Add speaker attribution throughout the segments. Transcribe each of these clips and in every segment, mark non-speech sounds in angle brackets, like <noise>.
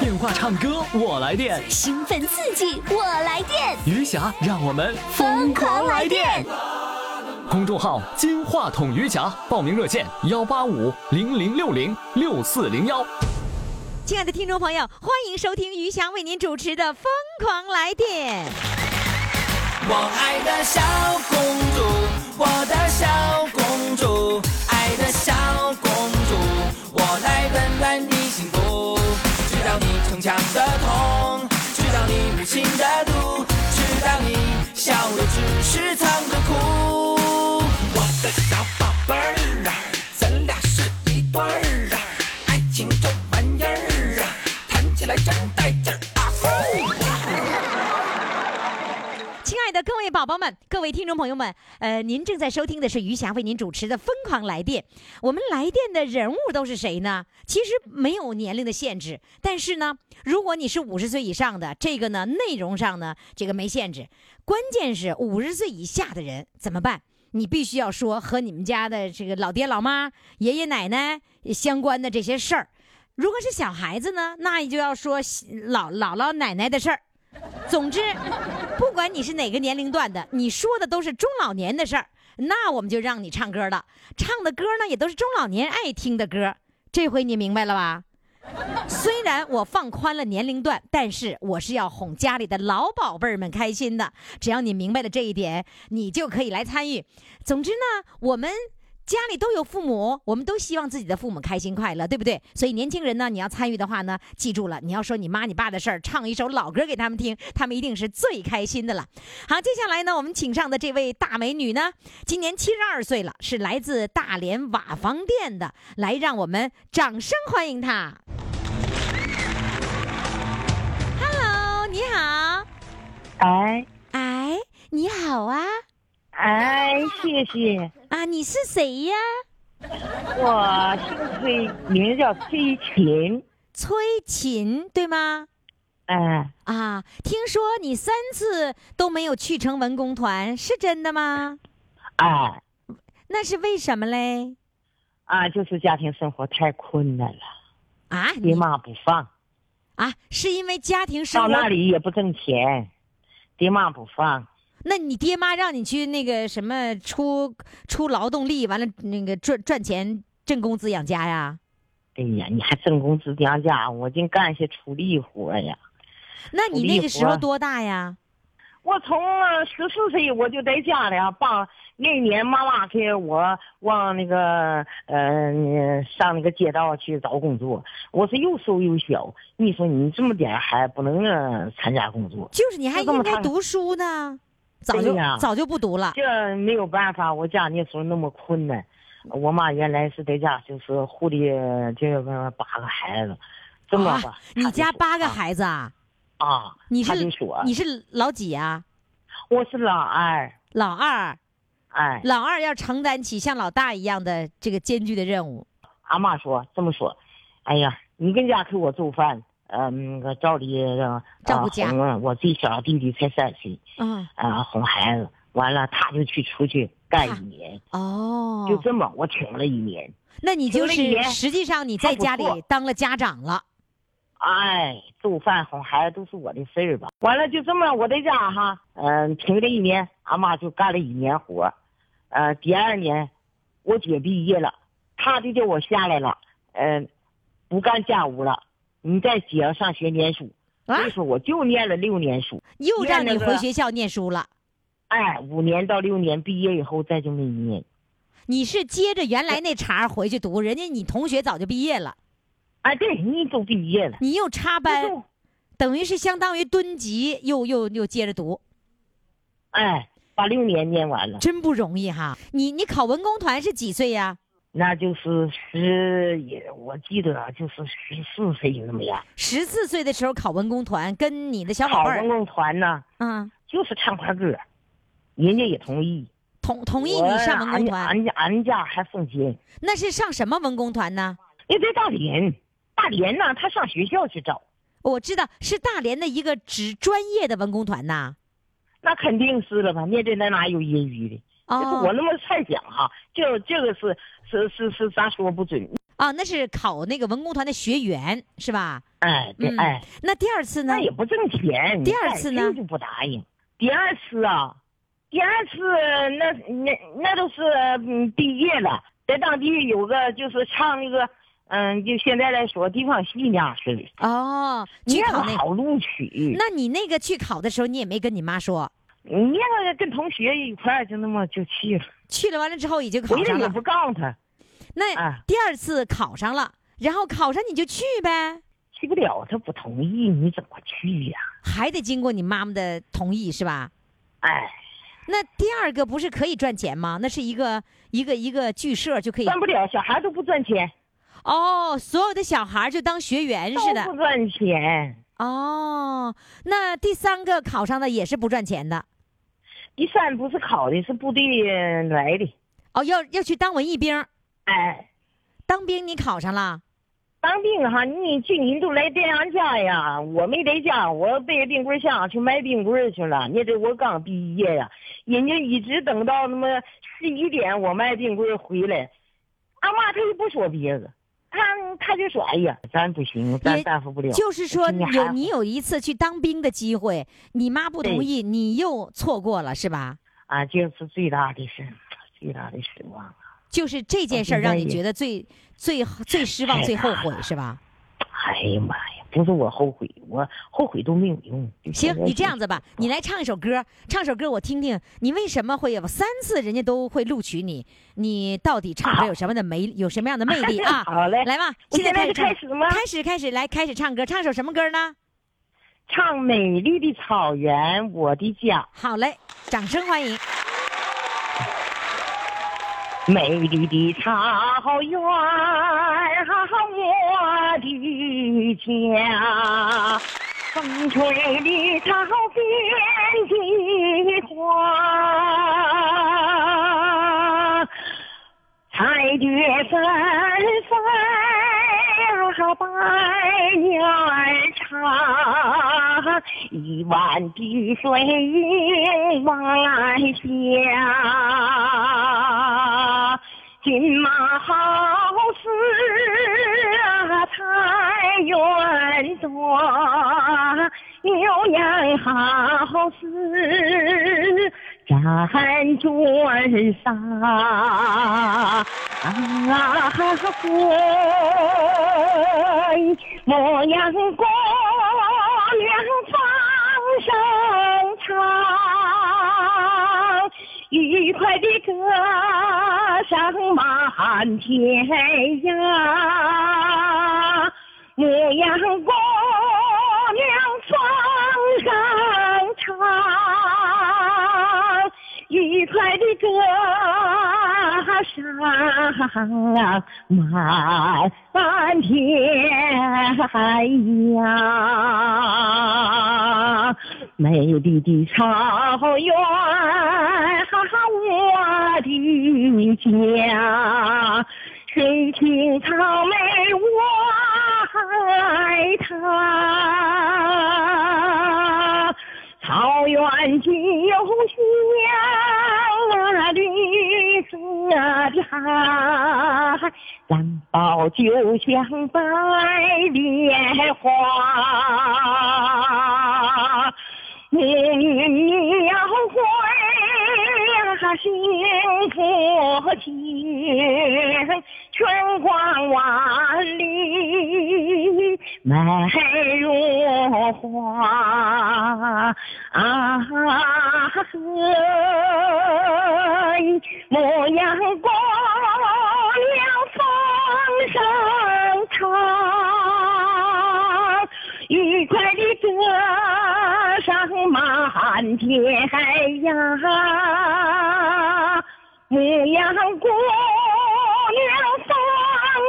Speaker 1: 电话唱歌我来电，
Speaker 2: 兴奋刺激，我来电，
Speaker 1: 余霞让我们疯狂来电。公众号“金话筒余霞”，报名热线：幺八五零零六零六四零幺。
Speaker 3: 亲爱的听众朋友，欢迎收听于翔为您主持的《疯狂来电》。
Speaker 4: 我爱的小公主，我的小公主，爱的小公主，我来温暖你幸福。知道你逞强的痛，知道你无情的毒，知道你笑的只是藏着哭。我的小宝贝儿啊，咱俩是一对儿啊，爱情这玩意儿啊，谈起来真带劲儿啊！呼
Speaker 3: 亲爱的各位宝宝们、各位听众朋友们，呃，您正在收听的是余霞为您主持的《疯狂来电》。我们来电的人物都是谁呢？其实没有年龄的限制，但是呢，如果你是五十岁以上的，这个呢内容上呢这个没限制，关键是五十岁以下的人怎么办？你必须要说和你们家的这个老爹老妈、爷爷奶奶相关的这些事儿。如果是小孩子呢，那你就要说老姥姥奶奶的事儿。总之，不管你是哪个年龄段的，你说的都是中老年的事儿，那我们就让你唱歌了。唱的歌呢，也都是中老年爱听的歌。这回你明白了吧？虽然我放宽了年龄段，但是我是要哄家里的老宝贝儿们开心的。只要你明白了这一点，你就可以来参与。总之呢，我们。家里都有父母，我们都希望自己的父母开心快乐，对不对？所以年轻人呢，你要参与的话呢，记住了，你要说你妈你爸的事儿，唱一首老歌给他们听，他们一定是最开心的了。好，接下来呢，我们请上的这位大美女呢，今年七十二岁了，是来自大连瓦房店的，来让我们掌声欢迎她。Hello，你好，
Speaker 5: 哎
Speaker 3: 哎，你好啊，
Speaker 5: 哎，谢谢。
Speaker 3: 啊，你是谁呀？
Speaker 5: 我姓崔，名叫崔琴。
Speaker 3: 崔琴，对吗？
Speaker 5: 哎，
Speaker 3: 啊，听说你三次都没有去成文工团，是真的吗？
Speaker 5: 哎，
Speaker 3: 那是为什么嘞？
Speaker 5: 啊，就是家庭生活太困难了，
Speaker 3: 啊，
Speaker 5: 爹
Speaker 3: 你
Speaker 5: 妈不放，
Speaker 3: 啊，是因为家庭生
Speaker 5: 到
Speaker 3: 活？
Speaker 5: 那里也不挣钱，爹妈不放。
Speaker 3: 那你爹妈让你去那个什么出出劳动力，完了那个赚赚钱挣工资养家呀？
Speaker 5: 哎呀，你还挣工资养家？我净干些出力活呀！
Speaker 3: 那你
Speaker 5: 努
Speaker 3: 那
Speaker 5: 力
Speaker 3: 个时候
Speaker 5: 活
Speaker 3: 多大呀？
Speaker 5: 我从嗯十四岁我就在家里啊，爸那年妈妈给我往那个呃上那个街道去找工作，我是又瘦又小。你说你这么点儿还不能呃参加工作，
Speaker 3: 就是你还
Speaker 5: 就这么
Speaker 3: 应该
Speaker 5: 看
Speaker 3: 读书呢，早就
Speaker 5: 对哎呀
Speaker 3: 早就不读了。
Speaker 5: 这没有办法。我家那时候那么困难，我妈原来是在家就是护理这个八个孩子，这么吧，
Speaker 3: 啊你家八个孩子啊？
Speaker 5: 子啊，
Speaker 3: 你是
Speaker 5: 她就说
Speaker 3: 你是老几啊？
Speaker 5: 我是老二，
Speaker 3: 老二，
Speaker 5: 哎，
Speaker 3: 老二要承担起像老大一样的这个艰巨的任务。
Speaker 5: 俺妈说这么说，哎呀，你跟家给我做饭，嗯，那个照理呃
Speaker 3: 照顾家
Speaker 5: 哄啊我最小弟弟才三岁，
Speaker 3: 嗯，
Speaker 5: 啊、哄孩子，完了他就去出去干一年，
Speaker 3: 哦，
Speaker 5: 就这么我挺了一年，
Speaker 3: 那你就
Speaker 5: 听了一
Speaker 3: 是
Speaker 5: 年
Speaker 3: 实际上你在家里
Speaker 5: 还不错
Speaker 3: 当了家长了。
Speaker 5: 哎，做饭哄孩子都是我的事儿吧。完了就这么我在家哈，嗯、停了一年，俺妈就干了一年活，呃，第二年我姐毕业了，她就叫我下来了，嗯、不干家务了，你在姐上学念书。
Speaker 3: 啊
Speaker 5: 那时候我就念了六年书，
Speaker 3: 又让你
Speaker 5: 念那
Speaker 3: 回
Speaker 5: 个
Speaker 3: 学校念书了，
Speaker 5: 哎，五年到六年毕业以后再就没念。
Speaker 3: 你是接着原来那茬儿回去读，人家你同学早就毕业了，
Speaker 5: 哎，对你都毕业了，
Speaker 3: 你又插
Speaker 5: 就
Speaker 3: 班，
Speaker 5: 是
Speaker 3: 等于是相当于蹲级，又又又接着读，
Speaker 5: 哎，把六年念完了，
Speaker 3: 真不容易哈。你你考文工团是几岁呀？
Speaker 5: 那就是十呃也，我记得啊就是十四岁那么样。
Speaker 3: 十四岁的时候考文工团，跟你的小宝
Speaker 5: 考
Speaker 3: 贝
Speaker 5: 公
Speaker 3: 儿，
Speaker 5: 共团呢，
Speaker 3: 嗯，
Speaker 5: 就是唱块歌，人家也同意。
Speaker 3: 同同意你上文工
Speaker 5: 我
Speaker 3: 团，
Speaker 5: 俺家俺家俺家还送亲，
Speaker 3: 那是上什么文工团呢？
Speaker 5: 因为大连，大连呢，他上学校去找，
Speaker 3: 我知道是大连的一个只专业的文工团呐。
Speaker 5: 那肯定是了吧？面对那哪有业余的？就是我
Speaker 3: 哦，
Speaker 5: 那么猜想哈、这这个是是是是，咱说不准。
Speaker 3: 啊，那是考那个文工团的学员是吧？
Speaker 6: 哎，对，
Speaker 3: 嗯
Speaker 6: 哎，
Speaker 3: 那第二次呢
Speaker 6: 那？也不挣钱。你
Speaker 3: 第二次呢
Speaker 6: 再听就不答应。第二次啊，第二次那那那都是嗯毕业了，在当地有个就是唱那个嗯，就现在来说地方戏呢是，
Speaker 3: 哦，去
Speaker 6: 那个
Speaker 3: 考那个。
Speaker 6: 好录取。
Speaker 3: 那你那个去考的时候，你也没跟你妈说，
Speaker 6: 你那个跟同学一块儿就那么就去了，
Speaker 3: 去了完了之后已经
Speaker 6: 回
Speaker 3: 考
Speaker 6: 来
Speaker 3: 上
Speaker 6: 也
Speaker 3: 了。
Speaker 6: 不告诉他，
Speaker 3: 那
Speaker 6: 啊
Speaker 3: 第二次考上了，然后考上你就去呗，
Speaker 6: 去不了，他不同意，你怎么去呀、
Speaker 3: 还得经过你妈妈的同意是吧？
Speaker 6: 哎，
Speaker 3: 那第二个不是可以赚钱吗？那是一个一个一个剧社就可以
Speaker 6: 赚不了，小孩都不赚钱，
Speaker 3: 哦，所有的小孩儿就当学员
Speaker 6: 都
Speaker 3: 似
Speaker 6: 不
Speaker 3: 的
Speaker 6: 赚钱。
Speaker 3: 哦。那第三个考上的也是不赚钱的
Speaker 6: 第三不是考的，是部队来的，
Speaker 3: 哦，要要去当文艺兵儿，
Speaker 6: 哎。
Speaker 3: 当兵你考上了
Speaker 6: 当兵哈，你去你都来爹娘家呀，我没在家，我背着冰棍箱去卖冰棍去了。那得我刚毕业呀，人家一直等到那么十一点，我卖冰棍回来，俺妈她也不说别的，她她就说哎呀，咱不行，咱
Speaker 3: 也
Speaker 6: 担负不了。
Speaker 3: 就是说
Speaker 6: 你还
Speaker 3: 有你有一次去当兵的机会，你妈不同
Speaker 6: 对
Speaker 3: 意，你又错过了是吧？
Speaker 6: 啊，这是最大的事，最大的失望。
Speaker 3: 就是这件
Speaker 6: 我
Speaker 3: 事儿
Speaker 6: 现
Speaker 3: 让
Speaker 6: 在
Speaker 3: 你
Speaker 6: 也
Speaker 3: 觉得最最最失望、
Speaker 6: 哎
Speaker 3: 最
Speaker 6: 呀
Speaker 3: 后悔是吧？
Speaker 6: 哎呀妈呀，不是我后悔，我后悔都没有用。？
Speaker 3: 行，你这样子吧，你来唱一首歌，唱首歌我听听，你为什么会有三次人家都会录取你？你到底唱歌有什么的魅，有什么样的魅力啊
Speaker 6: <laughs> 好嘞，
Speaker 3: 来吧，
Speaker 6: 我
Speaker 3: 现在
Speaker 6: 现在就开
Speaker 3: 开始唱
Speaker 6: 始吗
Speaker 3: 开始开始来开始唱歌，唱首什么歌呢？
Speaker 6: 唱《美丽的草原，我的家》。
Speaker 3: 好嘞，掌声欢
Speaker 6: 啊
Speaker 3: 迎。
Speaker 6: 美丽的草原，我的家，风吹绿草遍地花，彩蝶纷飞，百鸟儿唱，一湾的水映晚霞。金马好似啊太原庄，牛羊好似辗转上。啊，水牧羊姑娘放声唱，愉快的歌声满天涯。牧羊姑娘放声唱，愉快的歌声满天涯。美丽的草原，我的家。谁青草美我爱它，草原就像绿色的海，蓝宝就像白莲花。你要回呀，幸福情，春光万里美如画。啊，嘿，牧羊姑娘放声唱。愉快的歌声满天涯，牧羊姑娘放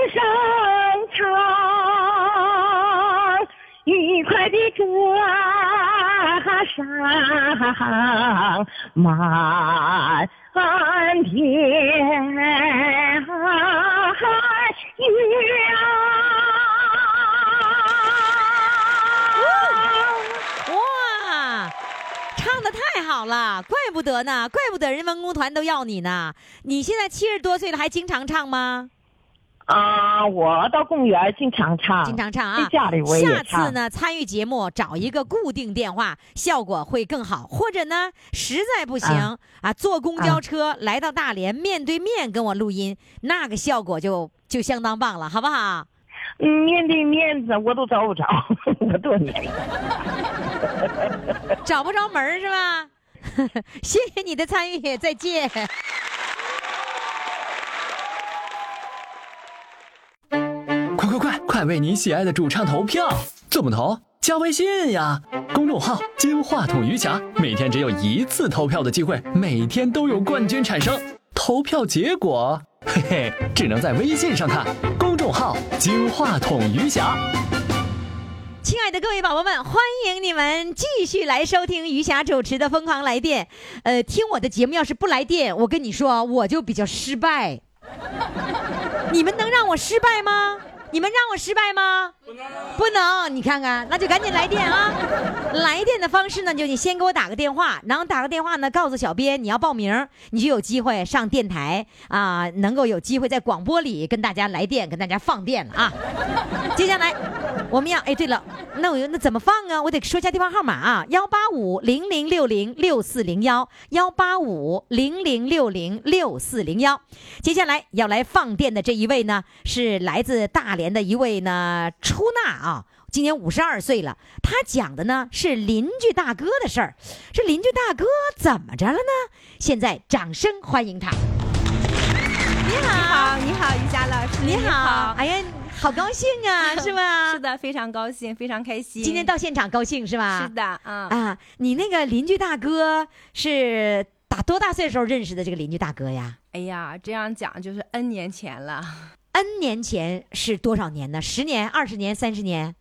Speaker 6: 声唱，愉快的歌声满天涯。
Speaker 3: 哇，唱的太好了，怪不得呢，怪不得人文工团都要你呢。你现在七十多岁了，还经常唱吗？
Speaker 6: 啊，我到公园经常唱，
Speaker 3: 经常唱啊
Speaker 6: 在。家里我也
Speaker 3: 下次
Speaker 6: 唱。
Speaker 3: 呢，参与节目找一个固定电话，效果会更好。或者呢，实在不行啊
Speaker 6: 啊
Speaker 3: 坐公交车、来到大连，面对面跟我录音，那个效果就就相当棒了，好不好？
Speaker 6: 嗯面对面的我都找不着， <laughs> 我多年了。
Speaker 3: <laughs> 找不着门儿是吧？ <laughs> 谢谢你的参与，再见。
Speaker 1: 快快快，快为你喜爱的主唱投票！怎么投？加微信呀，公众号“金话筒余霞”，每天只有一次投票的机会，每天都有冠军产生。投票结果，嘿嘿，只能在微信上看。公众号“金话筒余霞”。
Speaker 3: 亲爱的各位宝宝们，欢迎你们继续来收听余霞主持的《疯狂来电》。呃，听我的节目要是不来电，我跟你说啊，我就比较失 <laughs> 败。你们能让我失败吗？你们让我失败吗？不能，你看看，那就赶紧来电啊！ <laughs> 来电的方式呢，就你先给我打个电话，然后打个电话呢，告诉小编你要报名，你就有机会上电台啊、能够有机会在广播里跟大家来电，跟大家放电了啊！接下来我们要哎，对了，那我那怎么放啊？我得说一下电话号码啊，幺八五零零六零六四零幺，幺八五零零六零六四零幺。接下来要来放电的这一位呢，是来自大连的一位呢出纳啊。今年五十二岁了，他讲的呢是邻居大哥的事儿。这邻居大哥怎么着了呢？现在掌声欢迎他。你好，
Speaker 7: 好，你好，于霞老师，
Speaker 3: 你
Speaker 7: 你
Speaker 3: 好，哎呀，好高兴
Speaker 7: <laughs>
Speaker 3: 啊，是吧？
Speaker 7: 是的，非常高兴，非常开心。
Speaker 3: 今天到现场高兴是吧？
Speaker 7: 是的，啊、
Speaker 3: 啊，你那个邻居大哥是打多大岁数认识的这个邻居大哥呀
Speaker 7: 哎呀，这样讲就是 N 年前了，
Speaker 3: ？N 年前是多少年呢？十年、二十年、三十年、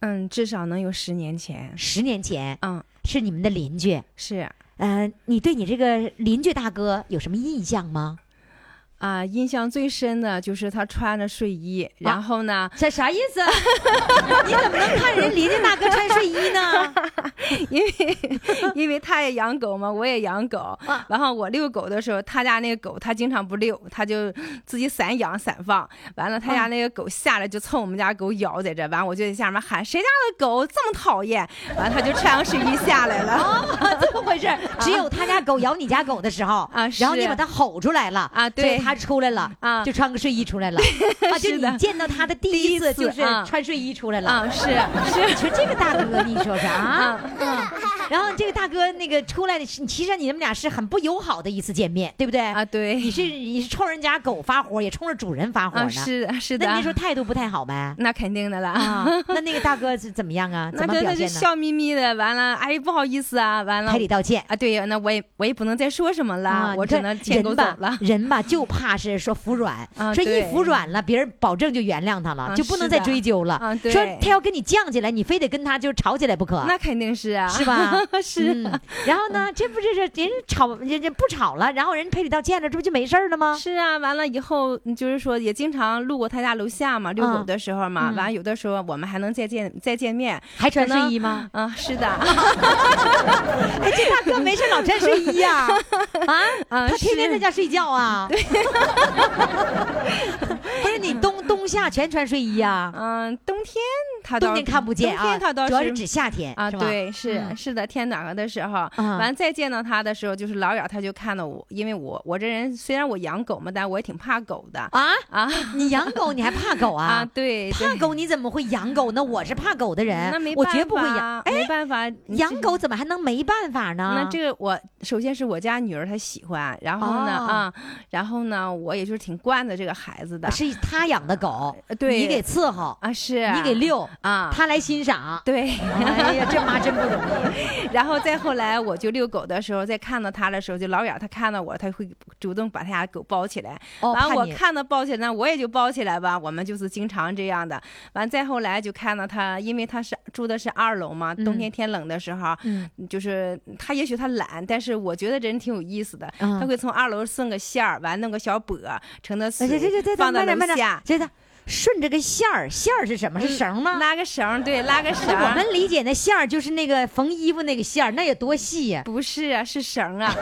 Speaker 7: 嗯，至少能有十年前，
Speaker 3: 十年前
Speaker 7: 嗯，
Speaker 3: 是你们的邻居。
Speaker 7: 是啊、
Speaker 3: 呃，你对你这个邻居大哥有什么印象吗？
Speaker 7: 啊印象最深的就是他穿着睡衣，然后呢，
Speaker 3: 啊这啥意思？你怎么能看人邻居大哥穿睡衣呢？
Speaker 7: <laughs> 因为因为他也养狗嘛，我也养狗，
Speaker 3: 啊
Speaker 7: 然后我遛狗的时候，他家那个狗他经常不遛，他就自己散养散放。完了，他
Speaker 3: 嗯
Speaker 7: 家那个狗下来就蹭我们家狗咬在这，完我就在下面喊谁家的狗这么讨厌？完了他就穿个睡衣下来了。
Speaker 3: 怎哦么回
Speaker 7: <laughs>
Speaker 3: 事？只有他家狗咬你家狗的时候
Speaker 7: 啊
Speaker 3: 然后
Speaker 7: 是
Speaker 3: 你把它吼出来了
Speaker 7: 啊对
Speaker 3: 所以它出来了
Speaker 7: 啊
Speaker 3: 就穿个睡衣出
Speaker 7: <laughs>
Speaker 3: 来了啊，就是
Speaker 7: 的
Speaker 3: 你见到它的第
Speaker 7: 第
Speaker 3: 一
Speaker 7: 一
Speaker 3: 次
Speaker 7: 次
Speaker 3: 就是
Speaker 7: 啊
Speaker 3: 穿睡衣出来了。
Speaker 7: 啊，是是
Speaker 3: 你说这个大哥，你说
Speaker 7: <laughs>
Speaker 3: 啥？啊然后这个大哥那个出来的时，其实你们俩是很不友好的一次见面，对不对？
Speaker 7: 啊，
Speaker 3: 你
Speaker 7: 对
Speaker 3: 是你是冲人家狗发火，也冲着主人发火
Speaker 7: 啊，
Speaker 3: 呢。
Speaker 7: 是的是的，
Speaker 3: 那你那时候态度不太好
Speaker 7: <laughs>
Speaker 3: 呗？
Speaker 7: 那肯定的啦。
Speaker 3: 啊，那那个
Speaker 7: <laughs>
Speaker 3: 大哥是怎么样啊？
Speaker 7: 那
Speaker 3: 怎么
Speaker 7: 真
Speaker 3: 表
Speaker 7: 的是
Speaker 3: 现呢？
Speaker 7: 笑眯眯的，完了，哎，不好意思啊，完了
Speaker 3: 赔礼道歉。
Speaker 7: 啊，对呀，那我也我也不能再说什么了，
Speaker 3: 啊，
Speaker 7: 我
Speaker 3: 你
Speaker 7: 只
Speaker 3: 看
Speaker 7: 能牵狗
Speaker 3: 人
Speaker 7: 走
Speaker 3: 吧。
Speaker 7: 了
Speaker 3: 人吧，就怕是说服软，
Speaker 7: <laughs> 啊
Speaker 3: 说一
Speaker 7: 对
Speaker 3: 服软了，别人保证就原谅他了，
Speaker 7: 啊
Speaker 3: 就不能
Speaker 7: 是
Speaker 3: 再
Speaker 7: 的
Speaker 3: 追究了。
Speaker 7: 啊对
Speaker 3: 说他要跟你犟起来，你非得跟他就吵起来不可。
Speaker 7: 那肯定是啊，
Speaker 3: 是吧？
Speaker 7: <laughs> 是啊
Speaker 3: 嗯。然后
Speaker 7: <laughs>
Speaker 3: 呢，这不是这人吵，人家不吵了，然后人赔礼道歉了，这不就没事儿了吗？
Speaker 7: 是啊，完了以后嗯就是说也经常路过他家楼下嘛，遛
Speaker 3: 嗯
Speaker 7: 狗的时候嘛，
Speaker 3: 嗯
Speaker 7: 完了有的时候我们还能再见再见面。
Speaker 3: 还穿
Speaker 7: 可能
Speaker 3: 睡衣吗？
Speaker 7: 嗯，是的，
Speaker 3: <laughs> 哎，这大哥没事老穿睡衣
Speaker 7: <laughs>
Speaker 3: 呀、啊？
Speaker 7: 啊
Speaker 3: 他天天
Speaker 7: 是
Speaker 3: 在家睡觉
Speaker 7: <laughs>
Speaker 3: 啊？不是你冬冬夏全穿睡衣呀、啊？
Speaker 7: 嗯，冬天他
Speaker 3: 冬
Speaker 7: 倒
Speaker 3: 天看不见
Speaker 7: 冬
Speaker 3: 啊，
Speaker 7: 天他倒
Speaker 3: 主要是指夏天
Speaker 7: 啊，
Speaker 3: 是吧
Speaker 7: 对，是、
Speaker 3: 嗯
Speaker 7: 是的，天暖和的时候，
Speaker 3: 嗯
Speaker 7: 完再见到他的时候，就是老远他就看到我，因为我我这人虽然我养狗嘛，但我也挺怕狗的
Speaker 3: 啊，
Speaker 7: 啊
Speaker 3: 你养狗你还怕 <laughs> 狗啊？
Speaker 7: <laughs> 啊，对，
Speaker 3: 怕
Speaker 7: 对
Speaker 3: 狗你怎么会养狗
Speaker 7: <laughs>
Speaker 3: 呢？我是怕狗的人，
Speaker 7: 那没
Speaker 3: 我
Speaker 7: 办法，
Speaker 3: 绝不会养。哎，
Speaker 7: 没办法，你这
Speaker 3: 养狗怎么还能没办法呢？
Speaker 7: 那这个我首先是我家女儿她喜欢，然后呢
Speaker 3: 哦
Speaker 7: 啊、然后呢我也就是挺惯着这个孩子的，
Speaker 3: 啊是他养的狗，
Speaker 7: 呃对
Speaker 3: 你给伺候，
Speaker 7: 啊是
Speaker 3: 你给遛，
Speaker 7: 啊，
Speaker 3: 他来欣赏。
Speaker 7: 对，
Speaker 3: 哎呀，这妈真不容易。
Speaker 7: <laughs> 然后再后来我就遛狗的时候，再看到他的时候，就老远他看到我，他会主动把他家狗抱起来。
Speaker 3: 哦，
Speaker 7: 完了
Speaker 3: 怕
Speaker 7: 我
Speaker 3: 你
Speaker 7: 看到抱起来，那我也就抱起来吧。我们就是经常这样的。完再后来就看到他，因为他是住的是二楼嘛，
Speaker 3: 嗯
Speaker 7: 冬天天冷的时候，啊
Speaker 3: 嗯
Speaker 7: 就是他也许他懒，但是我觉得这人挺有意思的。
Speaker 3: 嗯
Speaker 7: 他会从二楼送个馅儿，完弄个小钵，盛的水
Speaker 3: 哎，这这这这
Speaker 7: 放到
Speaker 3: 慢点
Speaker 7: 楼
Speaker 3: 慢点
Speaker 7: 下，嗯
Speaker 3: 这这顺着个线儿，线儿是什么？是绳吗？
Speaker 7: 拉个绳儿，对，拉个绳
Speaker 3: 那我
Speaker 7: 儿。
Speaker 3: 们理解那线儿就是那个缝衣服那个线儿，那有多细呀、
Speaker 7: 不是啊，是绳儿啊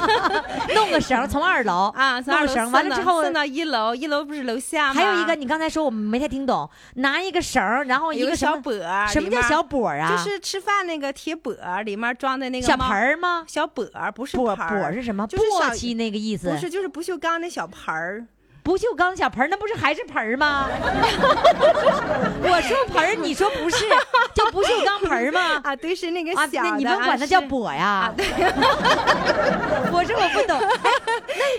Speaker 3: <laughs> 弄个绳儿从二楼
Speaker 7: <laughs> 啊！从二
Speaker 3: 弄个
Speaker 7: 楼
Speaker 3: 绳儿，
Speaker 7: 送
Speaker 3: 完了
Speaker 7: 到
Speaker 3: 之后
Speaker 7: 送到一楼，一楼不是楼下吗？
Speaker 3: 还有一个，你刚才说我没太听懂，拿一个绳儿，然后一
Speaker 7: 有个
Speaker 3: 什
Speaker 7: 小
Speaker 3: 么
Speaker 7: 钵儿，
Speaker 3: 什么
Speaker 7: 里
Speaker 3: 叫
Speaker 7: 面
Speaker 3: 小钵儿啊？
Speaker 7: 就是吃饭那个铁钵儿，里面装的那个
Speaker 3: 小
Speaker 7: 猫
Speaker 3: 盆儿吗？
Speaker 7: 小钵儿不是
Speaker 3: 钵
Speaker 7: 盆
Speaker 3: 钵是什么？
Speaker 7: 就是小
Speaker 3: 簸箕那个意思？
Speaker 7: 不是，就是不锈钢那小盆儿。
Speaker 3: 不锈钢小盆儿，那不是还是盆儿吗？我说盆儿，你说不
Speaker 7: <laughs>
Speaker 3: 是，叫不锈钢盆儿吗？
Speaker 7: 啊，对，是那个
Speaker 3: 啊，
Speaker 7: 小的、
Speaker 3: 那你们管它叫
Speaker 7: 是
Speaker 3: 钵呀
Speaker 7: 啊？对
Speaker 3: 我这我不
Speaker 7: <laughs>
Speaker 3: 懂。 <laughs> 哎，